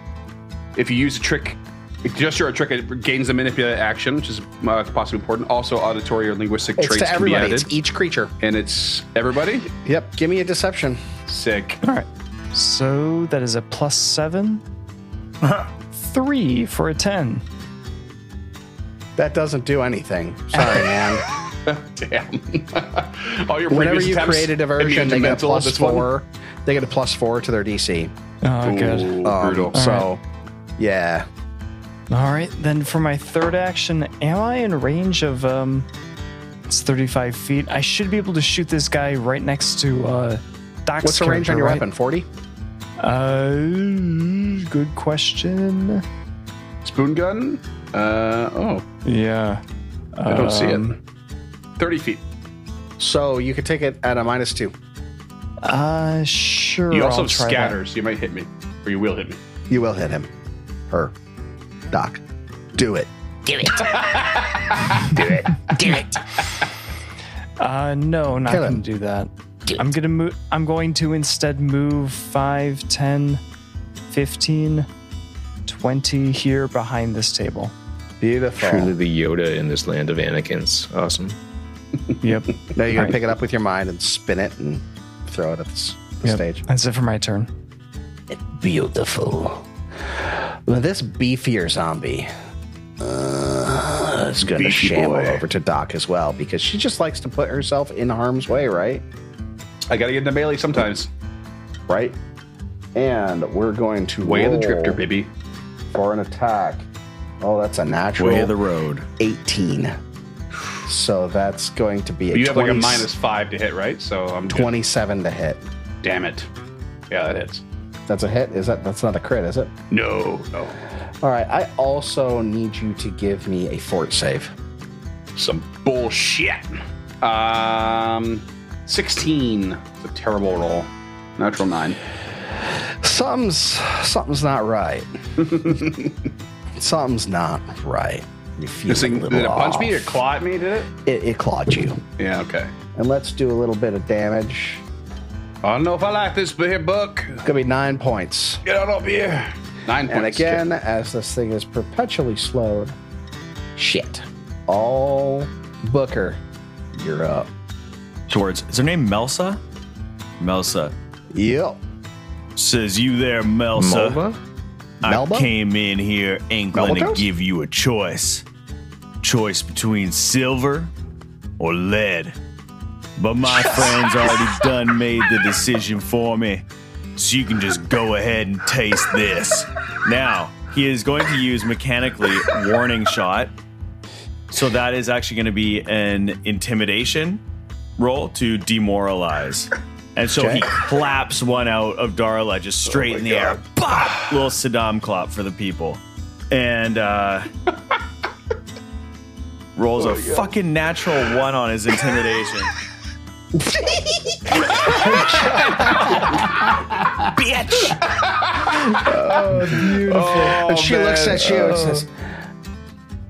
if you use a trick, a gesture or trick, it gains the manipulative action, which is uh, possibly important. Also, auditory or linguistic It's traits to can be everybody. added. It's e- each creature. and it's everybody? Yep. Give me a deception. Sick. So that is a [laughs] plus seven, three for a ten. That doesn't do anything. [laughs] Sorry, man. Damn. [laughs] All your Whenever previous you attempts, create a diversion, immune to they get a mental, plus this one? four. They get a plus four to their DC. Oh, good. Ooh, Um, brutal. So, yeah. All right, then for my third action, am I in range of um? It's thirty-five feet. I should be able to shoot this guy right next to uh. Doc's What's the range on character, your right? weapon? Forty. Uh, good question. Spoon gun? Uh, oh, Yeah. I don't see Um, it. 30 feet. So you could take it at a minus two. Uh, sure. You also I'll have try scatters. You might hit me, or you will hit me. You will hit him. Her. Doc. Do it. that. Uh, no, not Kill him. gonna do that. I'm gonna move. I'm going to instead move 5, 10, 15, 20 here behind this table. Beautiful. Truly the Yoda in this land of Anakin's. Awesome. Yep. [laughs] Now you're gonna Alright. pick it up with your mind and spin it and throw it at this, the Yep. stage. That's it for my turn. Beautiful. Well, this beefier zombie uh, is going to shamble over to Doc as well because she just likes to put herself in harm's way, right? I gotta get in the melee sometimes. Right. And we're going to Way of the roll drifter, baby. for an attack. Oh, that's a natural Way of the road. 18. So that's going to be a But you have like a 20 minus five to hit, right? So I'm good. 27 to hit. Damn it. Yeah, that hits. That's a hit. Is that that's not a crit, is it? No, no. All right. I also need you to give me a fort save. Some bullshit. Um, 16. It's a terrible roll. Natural 9. Something's something's not [laughs] right. something's not right. You feel This thing a did little it punch off. me or claw at me, did it? It, it clawed you. Yeah, okay. And let's do a little bit of damage. I don't know if I like this but here, Buck. It's gonna be nine points. Get out of here. Nine points. And again, as this thing is perpetually slowed, shit. All Booker, you're up. Towards is her name Melsa? Melsa Yep. says, "You there, Melsa? Mulva? I Melba? came in here angling Melba to Coast? give you a choice. Choice between silver or lead. But my friends already done made the decision for me. So you can just go ahead and taste this. Now, he is going to use mechanically warning shot. So that is actually going to be an intimidation roll to demoralize. And so he Okay. claps one out of Darla just straight in the air. Bah! Little Saddam clap for the people. [laughs] And uh rolls Oh a fucking natural one on his intimidation. Bitch! and [laughs] she looks Oh, man. uh, at you and says,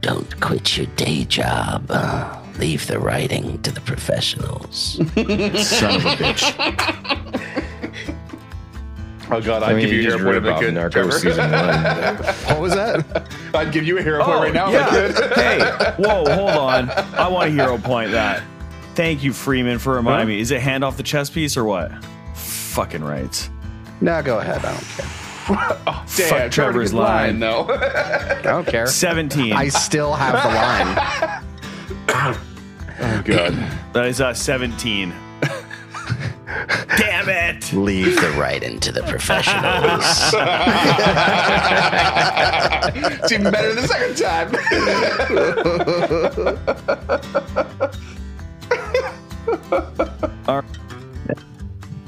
Don't quit your day job. Uh, leave the writing to the [laughs] professionals. Son of a bitch. Oh, God, I'd I mean, give you, a just hero point if I read about could. [laughs] Narco Trevor. season one. [laughs] what was that? I'd give you a hero point right Oh, now if I could. hey, whoa, hold on. I want to hero point that. Thank you, Freeman, for reminding me. Is it hand off the chess piece or what? Fucking right. no, go ahead. I don't care. Damn, Fuck Trevor's did line, [laughs] line. though. I don't care. 17. I still have the line. Oh, [laughs] God. That is [laughs] uh, 17. Damn it! leave the writing to the professionals. It's even better the second time. [laughs]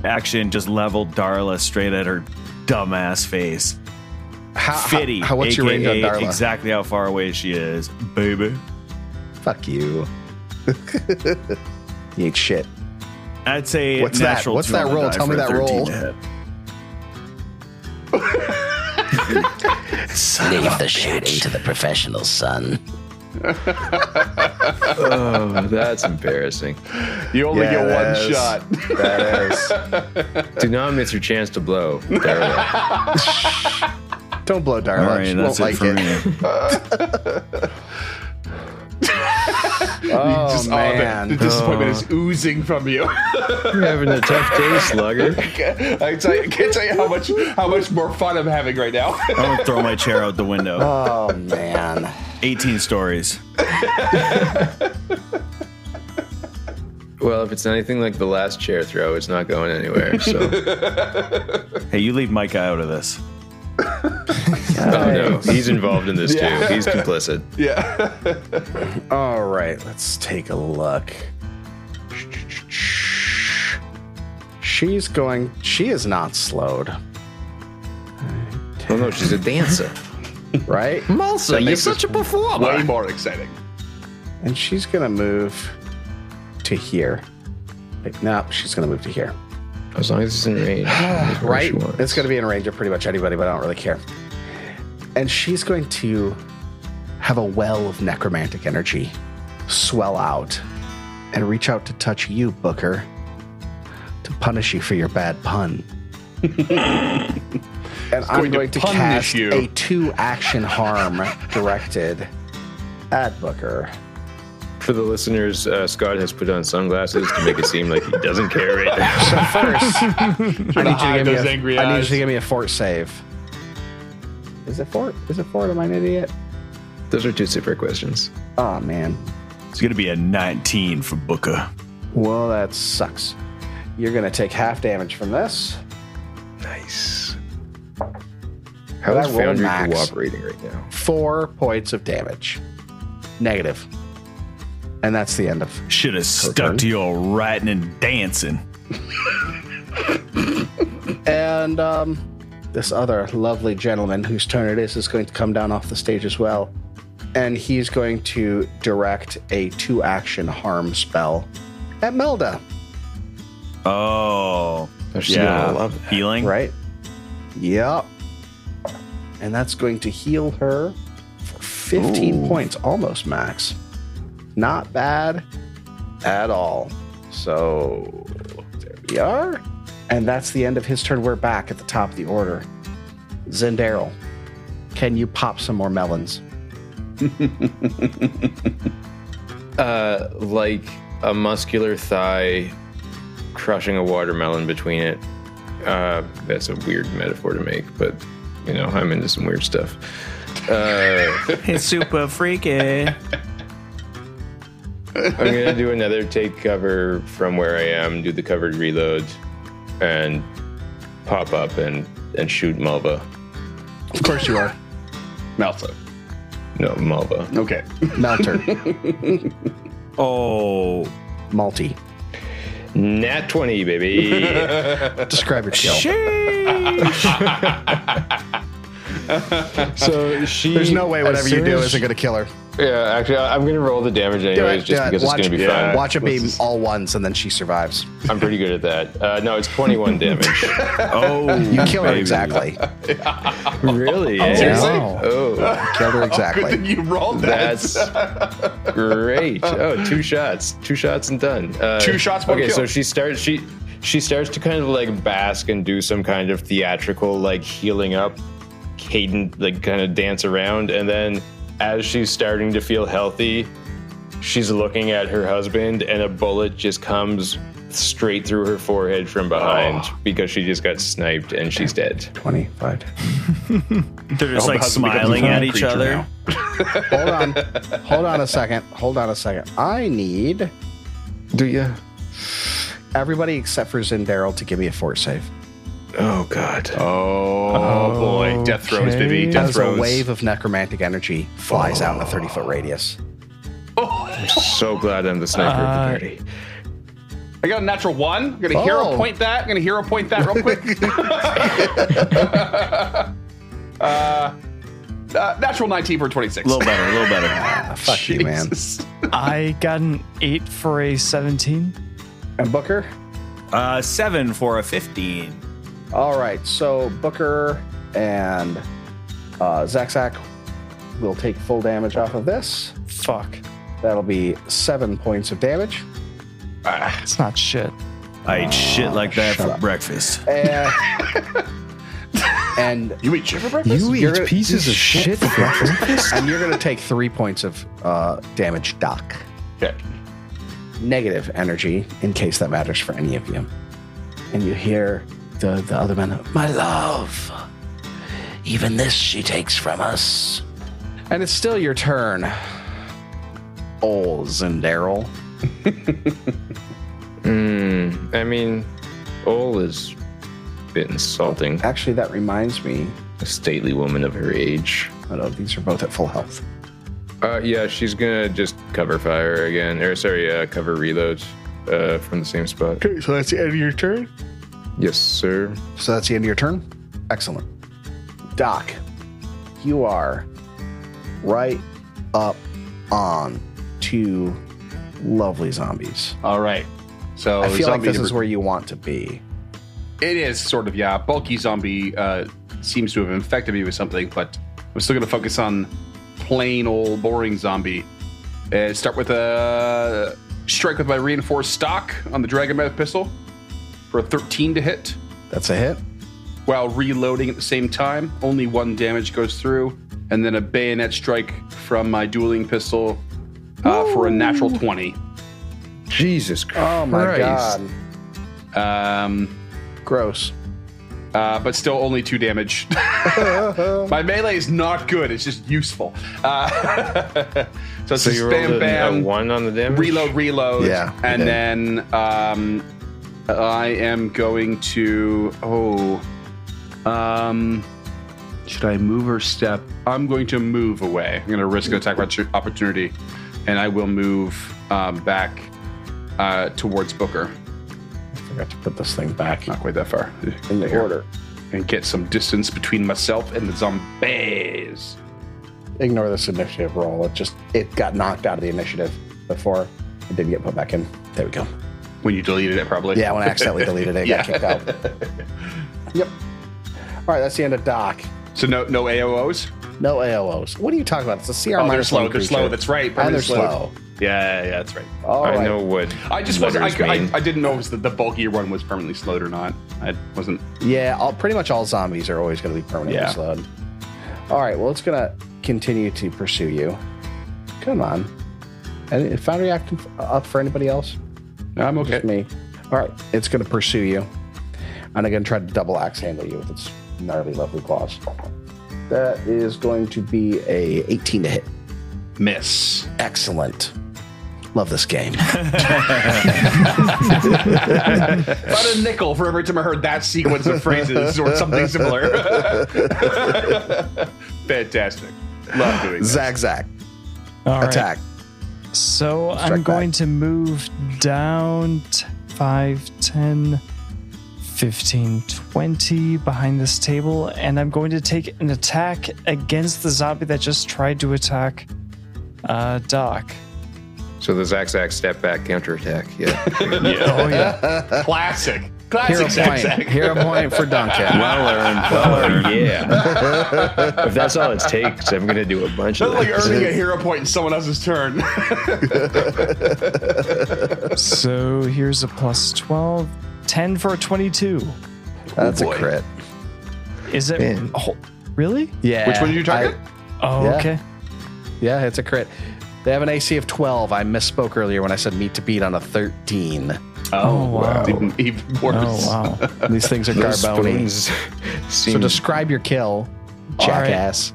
Action just leveled Darla straight at her dumbass face. how, Fitty. How, how, what's your range on AKA Darla? Exactly how far away she is, baby. [laughs] Fuck you. [laughs] you ain't shit. I'd say What's that? natural What's two that on the roll? die Tell me for a that roll. 13 to hit. [laughs] Leave the shooting to the professionals, son. oh, that's embarrassing. You only Yeah, that get one is- shot. Oh, That is. Do not miss your chance to [laughs] blow. Darla. [laughs] Don't blow Darla. All right, she that's won't it like for it. me. Oh, Just, oh, the- the, disappointment is oozing from you. [laughs] You're having a tough day, slugger. I tell you, I can't tell you how much how much more fun I'm having right now. I'm gonna throw my chair out [laughs] the window. Oh man. 18 stories. Well, if it's anything like the last chair throw, it's not going anywhere. [laughs] So, Hey, you leave Micah out of this. oh no, he's involved in this Yeah. too. He's complicit. yeah. All right, let's take a look. She's going. She is not slowed, Oh no, she's a dancer. right? Malsa, you're such [laughs] a Way performer. more exciting. and she's gonna move to here. Like, no, she's gonna move to here. As long as it's in [sighs] range, it's where right? she wants. It's going to be in range of pretty much anybody, but I don't really care. And she's going to have a well of necromantic energy swell out and reach out to touch you, Booker, to punish you for your bad [laughs] pun. and I'm going to going to, punish cast you. a two action harm directed at Booker. For the listeners, uh, Scott has put on sunglasses to make it seem like he doesn't care right now. [laughs] So [laughs] first, I hide need you to give those me angry a, I need you eyes. to give me a fort save. Is it fort? Is it fort? Am I an idiot? Those are two super questions. Oh man. It's gonna be a 19 for Booker. Well, that sucks. You're gonna take half damage from this. Nice. How That is roll Foundry max. cooperating right now? Four points of damage. Negative. And that's the end of. Should have stuck to your writing and dancing. And um, this other lovely gentleman whose turn it is is going to come down off the stage as well. And he's going to direct a two action harm spell at Melda, Oh, They're still yeah. gonna love that. Healing. right? Yep. And that's going to heal her for 15 points, almost max. Not bad at all. So there we are. And that's the end of his turn. We're back at the top of the order. Zendaryl, can you pop some more melons? Uh, like a muscular thigh crushing a watermelon between it. Uh, that's a weird metaphor to make, but you know, I'm into some weird stuff. Uh, It's super freaky. I'm gonna do another take cover from where I am, do the covered reload, and pop up and and shoot Mulva. Of course you are. Malta. No, Mulva. Okay. [laughs] Melter, Oh, malty. Nat 20, baby. [laughs] Describe your kill. so she. There's no way whatever as you soon do as- isn't going to kill her. Yeah, actually, I- I'm going to roll the damage Do anyways, it, just do it. because Watch, it's going to be yeah, fun. Watch it be Let's- all ones and then she survives. I'm pretty good at that. Uh, no, [laughs] it's 21 damage. oh, [laughs] You kill her exactly. really? Seriously? Oh, Killed her Good thing exactly. [laughs] you rolled that. [laughs] that's great. Oh, two shots. Two shots and done. Uh, Two shots, one okay, kill. so she starts. She she starts to kind of like bask and do some kind of theatrical like healing up, cadent like kind of dance around, and then as she's starting to feel healthy, she's looking at her husband, and a bullet just comes straight through her forehead from behind Ah. because she just got sniped and she's dead. 25. they're hope just like the husband becomes a smiling at furry each creature other. now. Hold on. Hold on a second. Hold on a second. I need Do you? everybody except for Zendaryl to give me a fort save. Oh God. Oh, boy. Death throws, baby. Okay. Death As a throws. wave of necromantic energy flies out in a 30 foot radius. So glad I'm the sniper Uh, of the party. I got a natural one. I'm gonna hero Oh. point that. I'm gonna hero point that real [laughs] quick. [laughs] uh, uh, natural 19 for 26. A little better, a little better. Ah, fuck you, man. Jesus. I got an eight for a 17. And Booker? Uh, seven for a fifteen. All right. So Booker and uh, Zach Zach will take full damage off of this. Fuck. That'll be seven points of damage. It's not shit. I ate shit like that shut for up. breakfast. And, and You eat shit for breakfast? You eat pieces of shit breakfast? and you're going to take three points of uh, damage, Doc. Okay. Negative energy, in case that matters for any of you. And you hear the, the other man, My love. Even this she takes from us. and it's still your turn. Oh, Zendaryl. Mm, I mean, Ol is a bit insulting. Actually, that reminds me. A stately woman of her age. Oh, no, these are both at full health. Uh, yeah, she's gonna just cover fire again, or sorry, uh, cover reload uh, from the same spot. Okay, so that's the end of your turn? Yes, sir. So that's the end of your turn? Excellent. Doc, you are right up on two lovely zombies. All right. So I feel like zombie this number- is where you want to be. it is sort of yeah. Bulky zombie uh, seems to have infected me with something, but I'm still gonna focus on plain old boring zombie. Uh, start with a strike with my reinforced stock on the dragon breath pistol for a 13 to hit. That's a hit. while reloading at the same time. Only one damage goes through, and then a bayonet strike from my dueling pistol uh, for a natural 20. Jesus Christ. Oh my god. Um, Gross. uh, but still only two damage. my melee is not good, it's just useful. Uh, [laughs] so it's So just you rolled bam, a, a bam, one on the damage. reload, reload. Yeah, you And did. then um, I am going to. Oh. Um, should I move or step? I'm going to move away. I'm going to risk an attack opportu- opportunity, and I will move um, back uh, towards Booker. I forgot to put this thing back Not quite that far. in the order. and get some distance between myself and the zombies. Ignore this initiative roll. It just it got knocked out of the initiative before it didn't get put back in. There we go. When you deleted it, probably. Yeah, when I accidentally deleted [laughs] it, it got kicked out. Yep. All right, that's the end of Doc. So no, no AOOs. No AOs. What are you talking about? It's a CR Oh, they're minus slow. one They're slow. creature. That's right. and they're Permanently slow. Yeah, yeah, that's right. All I right. know what. I just wasn't. I, letters I, mean. I didn't know if the, the bulkier one was permanently slowed or not. I wasn't. Yeah, all, pretty much all zombies are always going to be permanently Yeah. slowed. All right, well, it's going to continue to pursue you. Come on. And it found reacting up for anybody else? No, I'm Just okay. me. All right, it's going to pursue you. And again, try to double axe handle you with its gnarly, lovely claws. That is going to be a 18 to hit. Miss. Excellent. Love this [laughs] game. Oh, About a nickel for every time I heard that sequence of phrases or something similar. [laughs] Fantastic. Love doing that. Zag, zag. All right. Attack. So strike I'm going back. to move down t- 5, 10, 15, 20 behind this table, and I'm going to take an attack against the zombie that just tried to attack uh, [laughs] Doc. So the Zack Zack step back counterattack. Yeah. Oh, yeah. Classic. Hero Classic. Zach, point. Zach. Hero point for Duncan. Well earned. Well [laughs] earned. Yeah. [laughs] if that's all it takes, I'm gonna do a bunch of That's like that. earning a hero point in someone else's turn. so here's a plus 12, 10 for a 22. That's boy. a crit. Is it? Man. Oh, really? Yeah. Which one did you target? Oh, Yeah. okay. I- yeah, it's a crit. They have an AC of 12. I misspoke earlier when I said meat to beat on a 13. Oh, wow. Even, even worse. Oh, wow. [laughs] These things are Those [laughs] carboni. spoons So seem describe your kill, All right. jackass.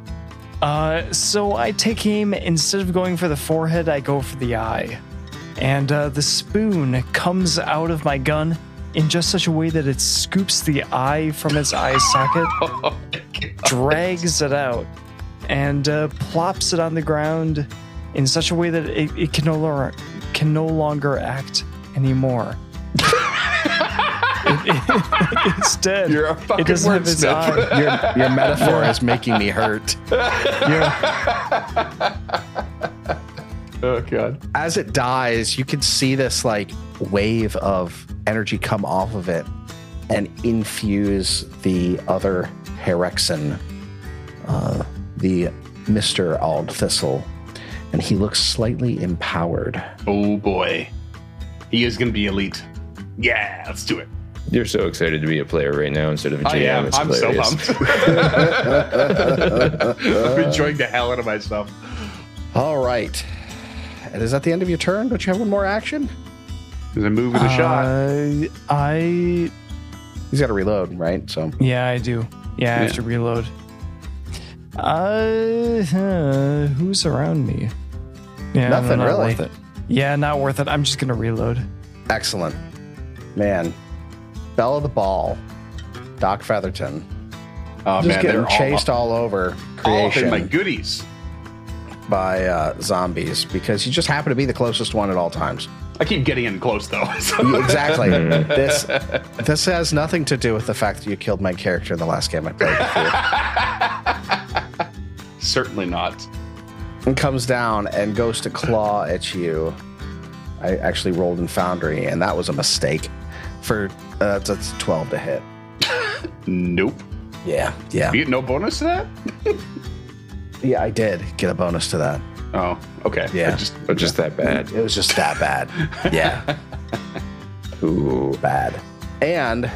Uh, so I take aim. Instead of going for the forehead, I go for the eye. And uh, the spoon comes out of my gun in just such a way that it scoops the eye from its eye [laughs] socket, Oh drags it out, and uh, plops it on the ground in such a way that it, it can no longer can no longer act anymore. It- it- [laughs] it's dead. You're a fucking it doesn't have its wordsmith. [laughs] eye. Your, your metaphor is making me hurt. Oh, God. As it dies, you can see this like wave of energy come off of it and infuse the other Herexin, uh, the Mr. Ald Thistle. And he looks slightly empowered. Oh, boy. He is going to be elite. Yeah, let's do it. You're so excited to be a player right now instead of a GM. I am. It's I'm hilarious. so pumped. [laughs] I'm enjoying the hell out of myself. All right. And is that the end of your turn? Don't you have one more action? Is it move with a shot? Uh, I He's got to reload, right? So Yeah, I do. Yeah, I have Yeah. to reload. Uh, huh, who's around me? Yeah, no, Nothing, not really. Worth it. Yeah, not worth it. I'm just gonna reload. excellent, man. Bella the Ball, Doc Featherton, Oh, just getting all chased up- all, over all up in creation Oh, my goodies. by uh, zombies because you just happen to be the closest one at all times. I keep getting in close though. [laughs] So- You- [laughs] exactly. this this has nothing to do with the fact that you killed my character in the last game I played with you. Certainly not. and comes down and goes to claw at you. I actually rolled in Foundry, and that was a mistake. For uh, that's twelve to hit. Nope. Yeah, yeah, You get no bonus to that? yeah. I did get a bonus to that. Oh, okay. Yeah. I just, Oh, just that [laughs] bad. It was just that bad. [laughs] Yeah, Ooh. bad. And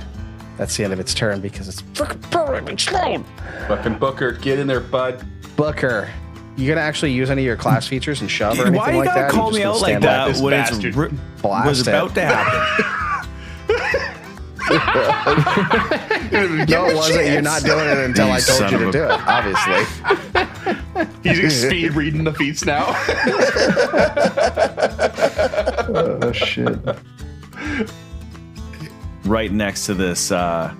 that's the end of its turn because it's fucking programming slow. fucking Booker, get in there, bud. Booker, you gonna actually use any of your class features and shove or anything Why you like gotta that? call me You're out just like gonna stand that this when it's bastard. ri- Blast was it. about to happen? No, it wasn't. You're not doing it until You I told son you of to a- do it. Obviously. [laughs] [laughs] He's speed reading the feats now. [laughs] Oh shit. right next to this uh,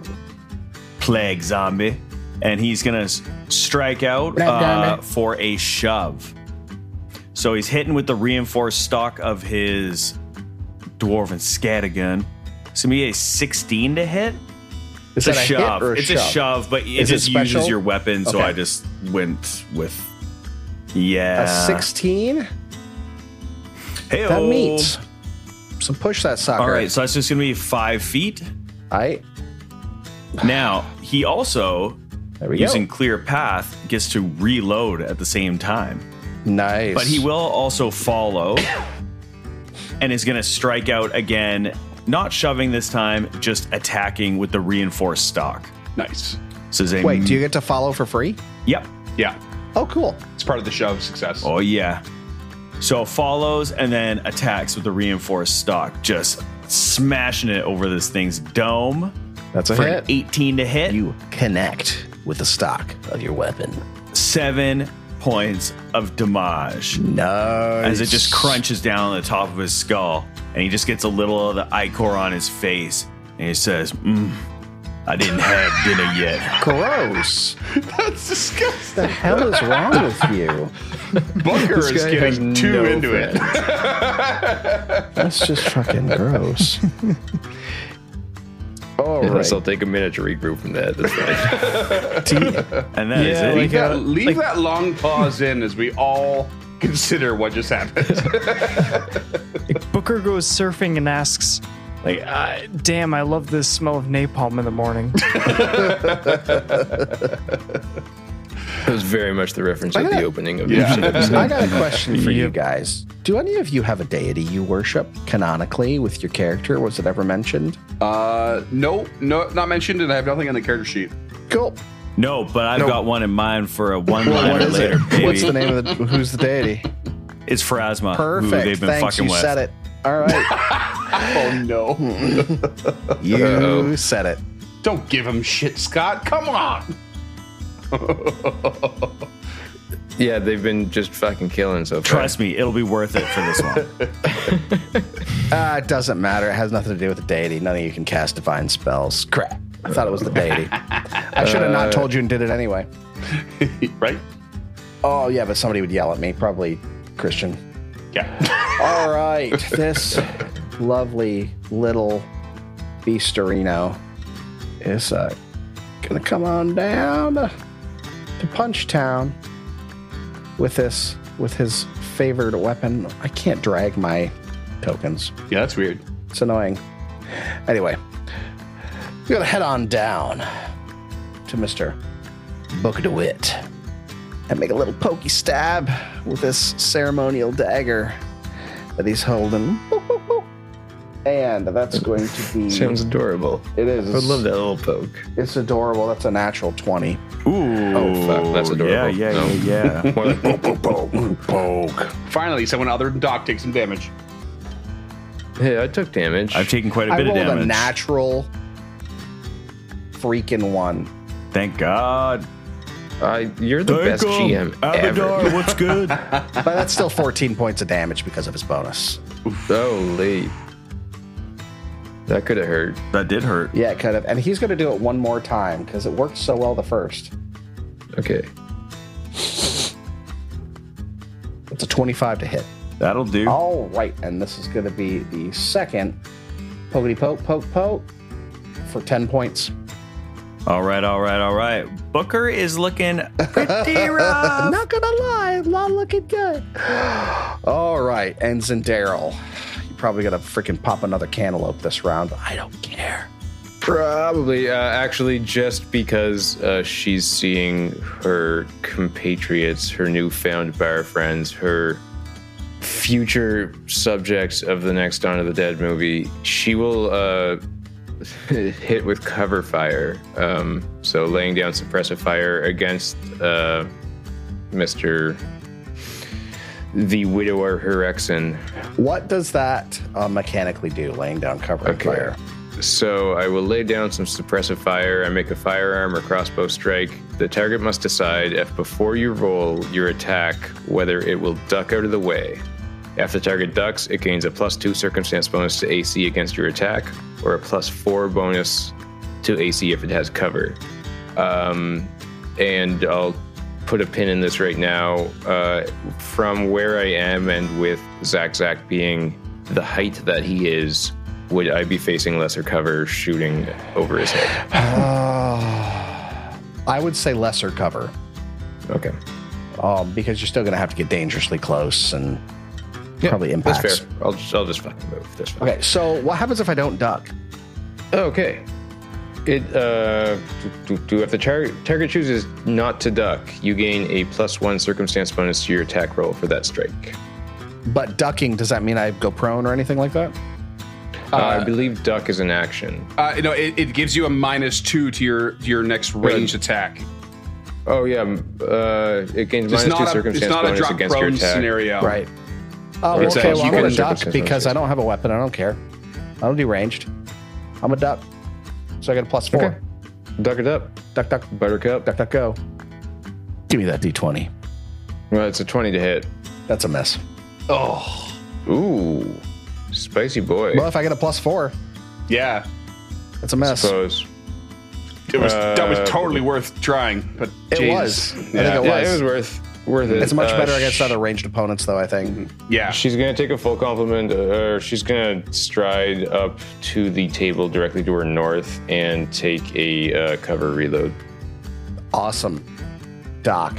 plague zombie, and he's gonna s- strike out uh, for a shove. So he's hitting with the reinforced stock of his dwarven scattergun. It's gonna be a 16 to hit. Is It's a that hit shove. or it's a shove, but it Is it just uses special? your weapon, so Okay. I just went with A yeah. 16? Hey, That meets. So push that sucker. All right, so that's just gonna be five feet. I, Now he also there we using clear path gets to reload at the same time. go. Nice. But he will also follow and is going to strike out again, not shoving this time, just attacking with the reinforced stock. Nice. So his aim- Wait, do you get to follow for free? Yep. Yeah. Oh, cool. It's part of the shove success. Oh, yeah. So follows and then attacks with the reinforced stock, just smashing it over this thing's dome That's a for hit. an 18 to hit. You connect with the stock of your weapon. Seven points of damage. Nice. as it just crunches down on the top of his skull, and he just gets a little of the ichor on his face, and he says, mm, "I didn't have dinner yet." Gross. That's disgusting. the hell is wrong with you? Booker is guy getting has too no into it. That's just fucking gross. [laughs] All [laughs] right. Unless I'll take a minute to regroup from that. That's fine. And that is Yeah, it. like- Leave, that, uh, leave like- that [laughs] long pause in as we all consider what just happened. [laughs] Booker goes surfing and asks, like, uh, damn, I love the smell of napalm in the [laughs] morning. that was very much the reference at gotta- the opening of Yeah. each [laughs] episode. I [laughs] got a question for you Yep. guys. Do any of you have a deity you worship canonically with your character? Was it ever mentioned? Uh, no, no, not mentioned, and I have nothing on the character sheet. Cool. no, but I've got one in mind for a Well, one-liner what is later. it? Baby. What's the name of the who's the deity? It's Phrasma. who [laughs] Perfect. they've been Thanks. fucking You with. said it. All [laughs] right. Oh no! [laughs] You Uh-oh. said it. Don't give him shit, Scott. Come on. [laughs] Yeah, they've been just fucking killing so far. Trust me, it'll be worth it for [laughs] this one. Uh, it doesn't matter. It has nothing to do with the deity. None of you can cast divine spells. Crap. I thought it was the deity. [laughs] I should have Uh, not told you and did it anyway. right? Oh, yeah, but somebody would yell at me. Probably Christian. [laughs] Yeah. All right. [laughs] This lovely little beasterino is uh, going to come on down to Punch Town with this with his favored weapon. I can't drag my tokens. Yeah, that's weird. It's annoying. Anyway, we're going to head on down to Mr. Book DeWitt and make a little pokey stab with this ceremonial dagger that he's holding. And that's going to be. Sounds adorable. it is. I would love that little poke. It's adorable. That's a natural 20. Ooh, Oh, fuck, that's Yeah, adorable. yeah, No. yeah. yeah. More like [laughs] boop, boop, boop. Finally, someone other than Doc takes some damage. Hey, I took damage. I've taken quite a I bit of rolled damage. a natural freaking one. Thank God. I, you're the Thank best him. GM ever. Abadar, what's [laughs] good? But that's still 14 points of damage because of his bonus. So late. That could have hurt. that did hurt. Yeah, kind of. And he's going to do it one more time because it worked so well the first. Okay. It's a 25 to hit. That'll do. All right, and this is going to be the second pokety poke poke poke for 10 points. All right, all right, all right. Booker is looking [laughs] pretty rough. Not going to lie, not looking good. [sighs] All right, and Zendaryl. You're probably going to freaking pop another cantaloupe this round, but I don't care. Probably, uh, actually, just because uh, she's seeing her compatriots, her newfound bar friends, her future subjects of the next Dawn of the Dead movie, she will uh, [laughs] hit with cover fire. Um, so laying down suppressive fire against uh, Mister the widower Herexin. What does that uh, mechanically do, laying down cover of Okay. fire? [sighs] So I will lay down some suppressive fire. I make a firearm or crossbow strike. The target must decide if before you roll your attack whether it will duck out of the way. If the target ducks, it gains a plus two circumstance bonus to AC against your attack, or a plus four bonus to AC if it has cover. Um, and I'll put a pin in this right now. Uh, from where I am and with Zack Zack being the height that he is, would I be facing lesser cover shooting over his head? I would say lesser cover Okay. um, because you're still going to have to get dangerously close and Yeah, probably impacts. That's fair. I'll just, I'll just fucking move. That's fine. Okay, so what happens if I don't duck? Okay. It uh, do, do, do- if the tar- target chooses not to duck, you gain a plus one circumstance bonus to your attack roll for that strike. But ducking, does that mean I go prone or anything like that? Uh, I believe duck is an action. Uh, no, it, it gives you a minus two to your to your next ranged attack. Oh yeah, m- uh, it gains It's minus two not, a, it's circumstance not a bonus drop against your prone attack. scenario. Right. Oh, Or okay. attack. Well, You I'm can gonna circumstance duck because versus- I don't have a weapon. I don't care. I don't do ranged. I'm a duck, so I got a plus four. Okay. Duck it up, Duck, duck, Buttercup. duck, duck, go. Give me that d20. Well, it's a twenty to hit. That's a miss. Ooh, spicy boy. Well, if I get a plus four, Yeah. that's a mess. suppose. It was that was Uh, totally worth trying, but it was. Jesus. I Yeah. think it yeah, was. it was worth worth it. it's much Uh, better against sh- other ranged opponents, though. I think. yeah. She's gonna take a full compliment, uh, or she's gonna stride up to the table directly to her north and take a uh, [laughs] cover reload. Awesome, Doc.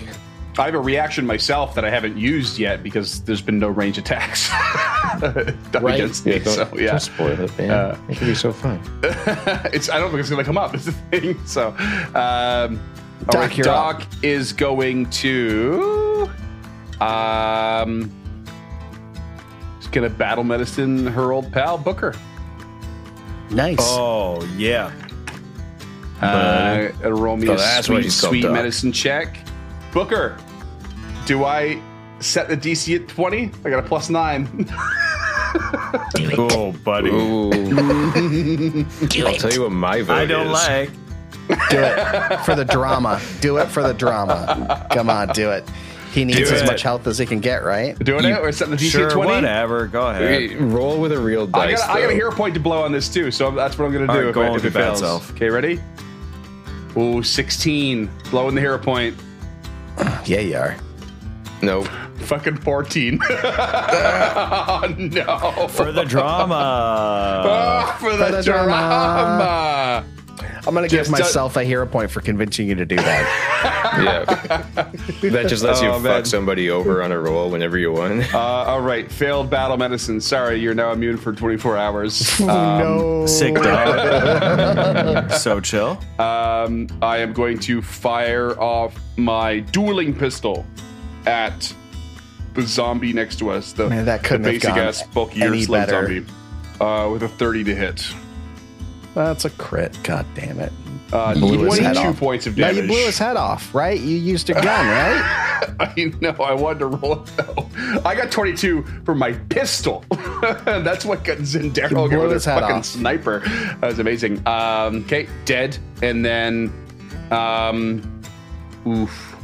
I have a reaction myself that I haven't used yet because there's been no range attacks [laughs] done Right. against me. don't, so yeah, don't spoil it, man. Uh, it could be so fun. [laughs] it's I don't think it's gonna come up. [laughs] It's the thing. So, um, Doc, all right, you're Doc is going to, um, he's gonna battle medicine her old pal Booker. Nice. Oh yeah. Uh, it'll roll me So a that's why sweet, she's called sweet Doc. medicine check. Booker, do I set the DC at twenty? I got a plus nine. [laughs] Oh buddy. Ooh, Do I'll it. tell you what my vote I don't is. like. Do Oh. it for the drama. Do it for the drama. Come on, do it. He needs Do as it. much health as he can get, right? Doing it or setting the DC Sure, at twenty? whatever. Go ahead. Wait, Roll with a real I dice. got, I got a though. hero point to blow on this too, so that's what I'm going to All do right, if, go I, on if with it your bad fails. self. Okay, ready? Ooh, 16. Blowing the hero point. Yeah, you are. Nope. Fucking 14. [laughs] oh, no. For the [laughs] drama. Oh, for the, the drama. drama. I'm gonna give Just don't- myself a hero point for convincing you to do [laughs] that. Yeah. that just lets you Oh, fuck man. somebody over on a roll whenever you want. [laughs] Uh, all right, failed battle medicine. Sorry, you're now immune for 24 [laughs] Oh, hours. Um, no. Sick dog. [laughs] so chill. Um, I am going to fire off my dueling pistol at the zombie next to us. The, Man, that couldn't the have basic gone ass bulkier any slow better. zombie uh, with a 30 to hit. That's a crit. God damn it. Uh, You blew his head 22 off. points of Now damage. you blew his head off, right? You used a gun, right? [laughs] I know. I wanted to roll it though. I got 22 for my pistol. [laughs] That's what got You Zendero blew got with his his head fucking off. sniper. That was amazing. Um, okay, dead, and then, um, oof.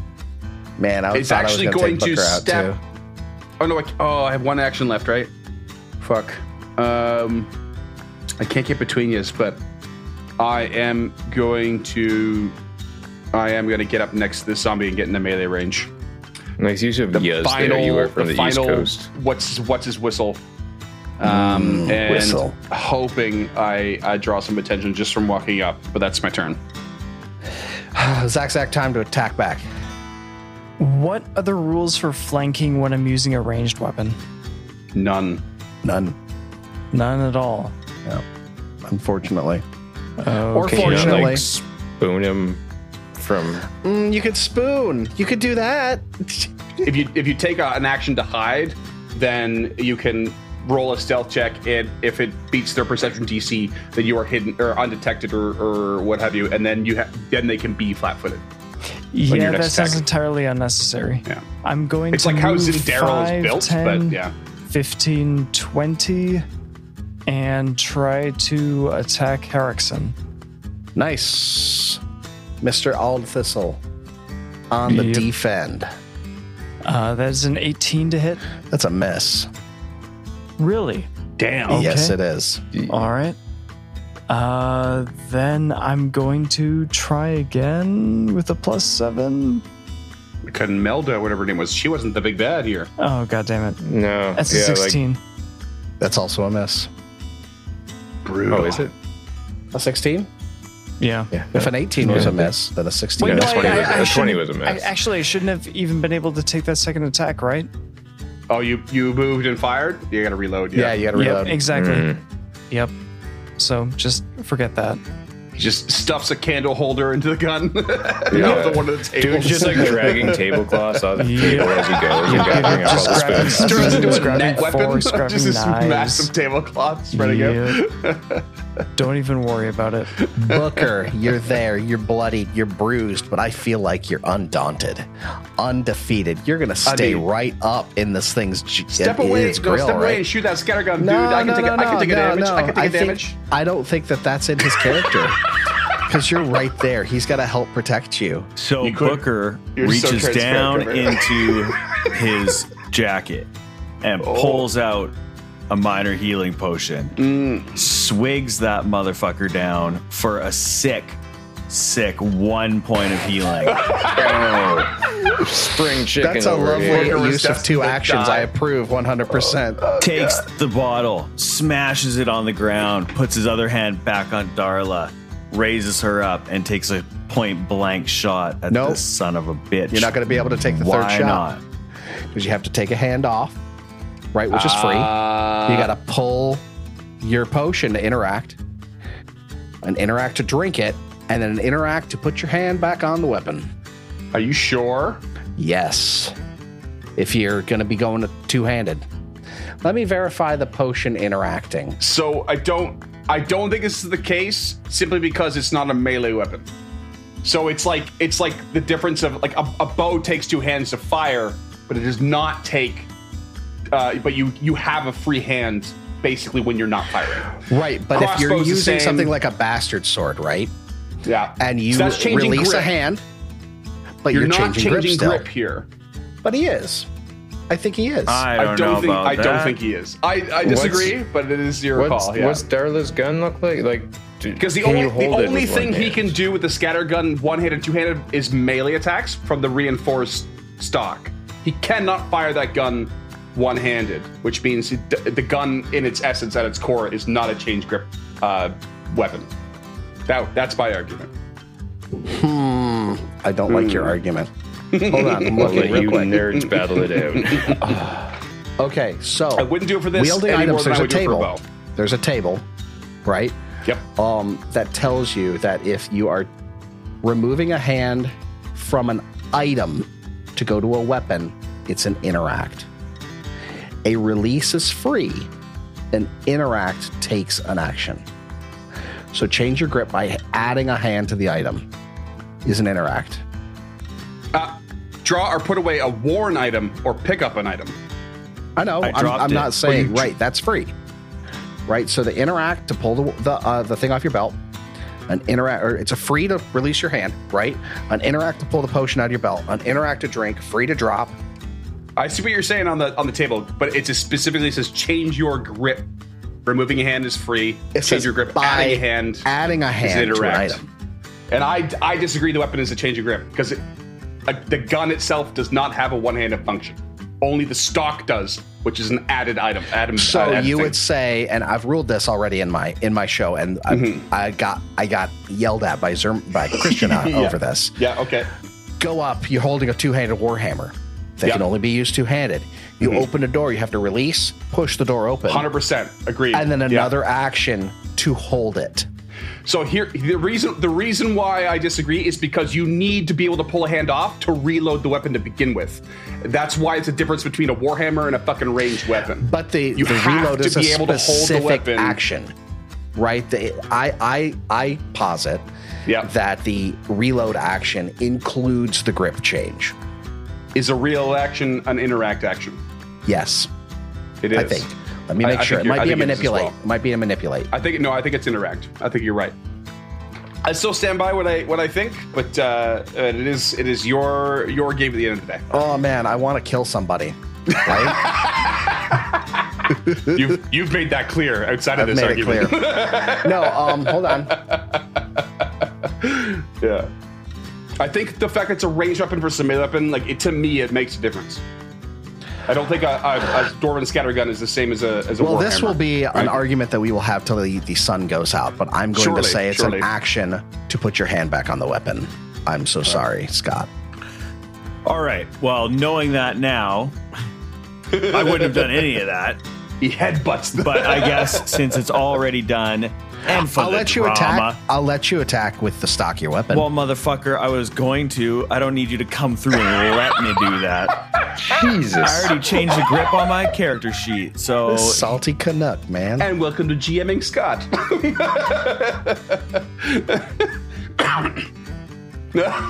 Man, I It's thought actually I was gonna going take to Booker out, step- too. Oh no! I, oh, I have one action left, right? Fuck. Um, I can't get between yous, but I am going to. I am going to get up next to the zombie and get in the melee range. Nice use of yes there. You are from the, East Coast. Mm, What's what's his whistle? Um, and whistle. hoping I I draw some attention just from walking up, but that's my turn. Zach, Zach, time to attack back. What are the rules for flanking when I'm using a ranged weapon? None. None, None at all. unfortunately. Or Okay. You know, fortunately. like spoon him from. Mm, you could spoon. You could do that. If you if you take a, an action to hide, then you can roll a stealth check, and if it beats their perception DC, then you are hidden or undetected or, or what have you, and then you ha- then they can be flat footed. yeah, your that next sounds attack. entirely unnecessary. Yeah. I'm going It's to like how move Zendero 5, is built, 10, but yeah. 15, 20, and try to attack Herrickson. Nice. Mr. Aldthistle on the Yep. defend. Uh, that is an 18 to hit. That's a miss. Really? Damn. Yes, Okay. it is. All right. Uh, then I'm going to try again with a plus seven. Couldn't Melda, whatever her name was, she wasn't the big bad here. Oh god damn it! No. That's a yeah, like- sixteen. That's also a miss. brutal. Oh, is it? A 16? Yeah. Yeah. If an 18 was Yeah. a miss, then a 16 Wait, Yeah, no, is- that's what he I- was- I- I that's what he shouldn't- was a I, [laughs] mess. actually, I shouldn't have even been able to take that second attack, right? Oh, you you moved and fired. You got to reload. Yeah, you gotta reload. Yep, exactly. Mm. Yep. So just forget that. He just stuffs a candle holder into the gun. [laughs] Yeah. Off the one of the tables. Dude's just like dragging tablecloths off the table as he goes and gathering up all the Just grabbing [laughs] spoons. turns into spoons, a grabbing net weapon. forks, [laughs] Just grabbing this knives. massive tablecloth spreading out. [laughs] Don't even worry about it. Booker, you're there, you're bloodied, you're bruised, but I feel like you're undaunted, undefeated. You're gonna stay mean- right up in this thing's j- Step in away, its no, grill, step away right? and shoot that scattergun, dude. No, I can no, take, no, a, I can no, take a no, damage. I no. can take a think- damage. I don't think that that's in his character because you're right there. He's got to help protect you. So You could- Booker you're so reaches transparent, down Trevor. [laughs] into his jacket and Oh. pulls out a minor healing potion. Mm. Swigs that motherfucker down for a sick, sick one point of [laughs] healing. Oh. [laughs] Spring chicken That's a over lovely here. Booker was use of two destined to actions. die. I approve 100%. takes the bottle, smashes it on the ground, puts his other hand back on Darla, raises her up, and takes a point blank shot at Nope. this son of a bitch. You're not going to be able to take the Why third shot Not? because you have to take a hand off, right? Which is free. you got to Uh. pull your potion to interact, an interact to drink it, and then an interact to put your hand back on the weapon. Are you sure? Yes. If you're going to be going two handed, let me verify the potion interacting. So I don't I don't think this is the case simply because it's not a melee weapon. So it's like it's like the difference of like a, a bow takes two hands to fire, but it does not take uh, but you you have a free hand basically when you're not firing. Right, but if you're Crossbow's the using same. something like a bastard sword, right, Yeah. and you So that's changing release a grip. hand, but You're, you're, not changing, grip changing still. grip here. But he is. I think he is. I don't, know think about I that. don't think he is. I, I disagree, but it is your What's, call. Yeah. what's Darla's gun look like? Like, Because the only the only thing he can do with the scatter gun, one handed, two handed, is melee attacks from the reinforced stock. He cannot fire that gun one handed, which means he, the, the gun in its essence, at its core, is not a change grip uh, weapon. That that's my argument. Hmm. I don't like Hmm. your argument. [laughs] Hold on, I'm looking let real you quick. nerds battle it out. Okay, so I wouldn't do it for this wielding any more items. than There's I a would do it for a table. bow. There's a table, right? Yep. Um, that tells you that if you are removing a hand from an item to go to a weapon, it's an interact. A release is free. An interact takes an action. So change your grip by adding a hand to the item is an interact. Uh, draw or put away a worn item or pick up an item. I know. I I am dropped I'm it. not saying Well, you- right. That's free. Right. So the interact to pull the the, uh, the thing off your belt, an interact or it's a free to release your hand. Right. An interact to pull the potion out of your belt. An interact to drink. Free to drop. I see what you're saying on the on the table, but it just specifically says change your grip. Removing a hand is free. change says your grip. by adding a hand. Adding a hand to an interact. Uh, item. and I I disagree. The weapon is a change of grip because it, uh, the gun itself does not have a one-handed function. Only the stock does, which is an added item. Adam. So uh, added you thing. would say, and I've ruled this already in my in my show, and I, I got I got yelled at by Zerm, by Christian on- Yeah. over this. Yeah. Okay. go up, you're holding a two handed warhammer. They Yeah. can only be used two handed. You open a door, you have to release, push the door open, Hundred percent agreed. and then Yeah. another action to hold it. So here, the reason the reason why I disagree is because you need to be able to pull a hand off to reload the weapon to begin with. That's why it's a difference between a warhammer and a fucking ranged weapon. But the, You the have reload to is a be able to hold the specific weapon. action, right? The, I, I, I posit Yeah. that the reload action includes the grip change. is a real action an interact action? Yes, It is. I think. Let me I- make I sure. It think you're- might I be a think it is as manipulate. well. It might be a manipulate. I think no. I think it's interact. I think you're right. I still stand by what I what I think, but uh, uh, it is it is your your game at the end of [laughs] the day. Oh man, I want to kill [laughs] somebody. Right? You've you've made that clear outside of I've this made argument. it clear. [laughs] no, um, hold on. [laughs] Yeah. I think the fact that it's a ranged weapon versus a melee weapon, like it to me, it makes a difference. I don't think a, a, a Dwarven scattergun is the same as a as a Well, this Warhammer. will be an right? argument that we will have till the, the sun goes out, but I'm going Surely, to say it's surely. an action to put your hand back on the weapon. I'm Uh, so sorry, Scott. All right. Well, knowing that now, I wouldn't have done any of that. he headbutts the But I guess since it's already done, and for I'll the let you drama, attack. I'll let you attack with the stock your weapon. Well, motherfucker, I was going to. I don't need you to come through and let me do that. I Jesus. already changed the grip on my character sheet, so salty Canuck, man. [laughs] and welcome to GMing [laughs] Scott. [laughs]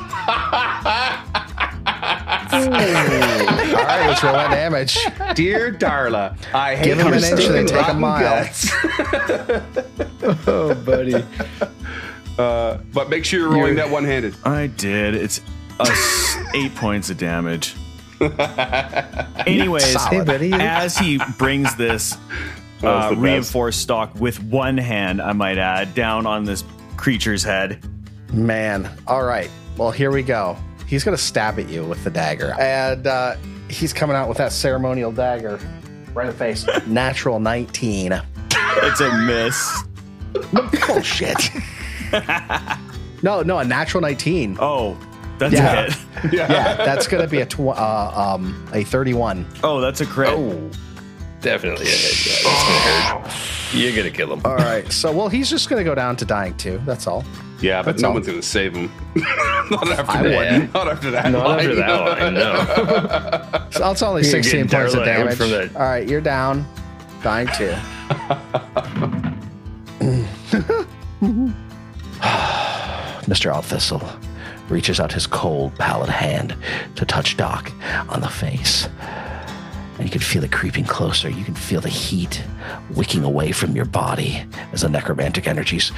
All right, let's roll that damage. Dear Darla, I hate Give him your an inch, stinking they take a rotten mile. [laughs] guts. Oh, buddy. Uh, but make sure you're rolling that one-handed. I did. It's a s- eight points of damage. Anyways, Solid. Hey, buddy. as he brings this uh, the best. reinforced stock with one hand, I might add, down on this creature's head. Man. All right. Well, here we go. He's going to stab at you with the dagger. And uh, he's coming out with that ceremonial dagger right in the [laughs] face. Natural 19. It's a miss. [laughs] Bullshit. no, no, a natural 19. Oh, that's Yeah. a hit. [laughs] Yeah, that's going to be a tw- uh, um, a 31. Oh, that's a crit. Definitely a headshot. That's gonna [laughs] hurt. You're gonna kill him. All right. So, well, he's just going to go down to dying two. That's all. Yeah, but That's no all. one's gonna save him. [laughs] not after I that. Not after that. Not after that line, no. So that's only You're gonna 16 get points of Darla out damage. from that. All right, you're down. Dying two. Mr. Althistle reaches out his cold, pallid hand to touch Doc on the face. And you can feel it creeping closer. You can feel the heat wicking away from your body as the necromantic energies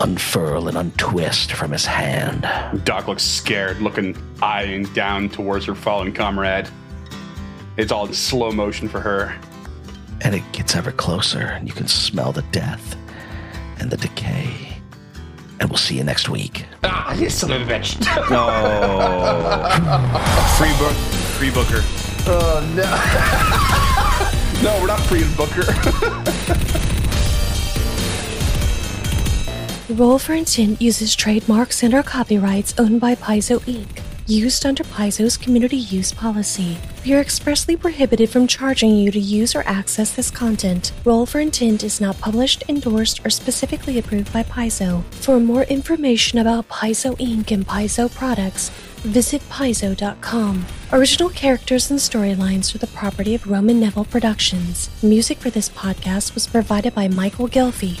unfurl and untwist from his hand. [laughs] Doc looks scared, looking eyeing down towards her fallen comrade. It's all in slow motion for her. and it gets ever closer, and you can smell the death and the decay. And we'll see you next week. Ah, you son of a bitch. No. free book, free booker. [laughs] no, we're not freeing Booker. Roll for Intent uses trademarks and or copyrights owned by Paizo Inc., used under Paizo's community use policy. We are expressly prohibited from charging you to use or access this content. Roll for Intent is not published, endorsed, or specifically approved by Paizo. For more information about Paizo Inc. and Paizo products, visit paizo.com. Original characters and storylines are the property of Roman Neville Productions. Music for this podcast was provided by Michael Gelfie.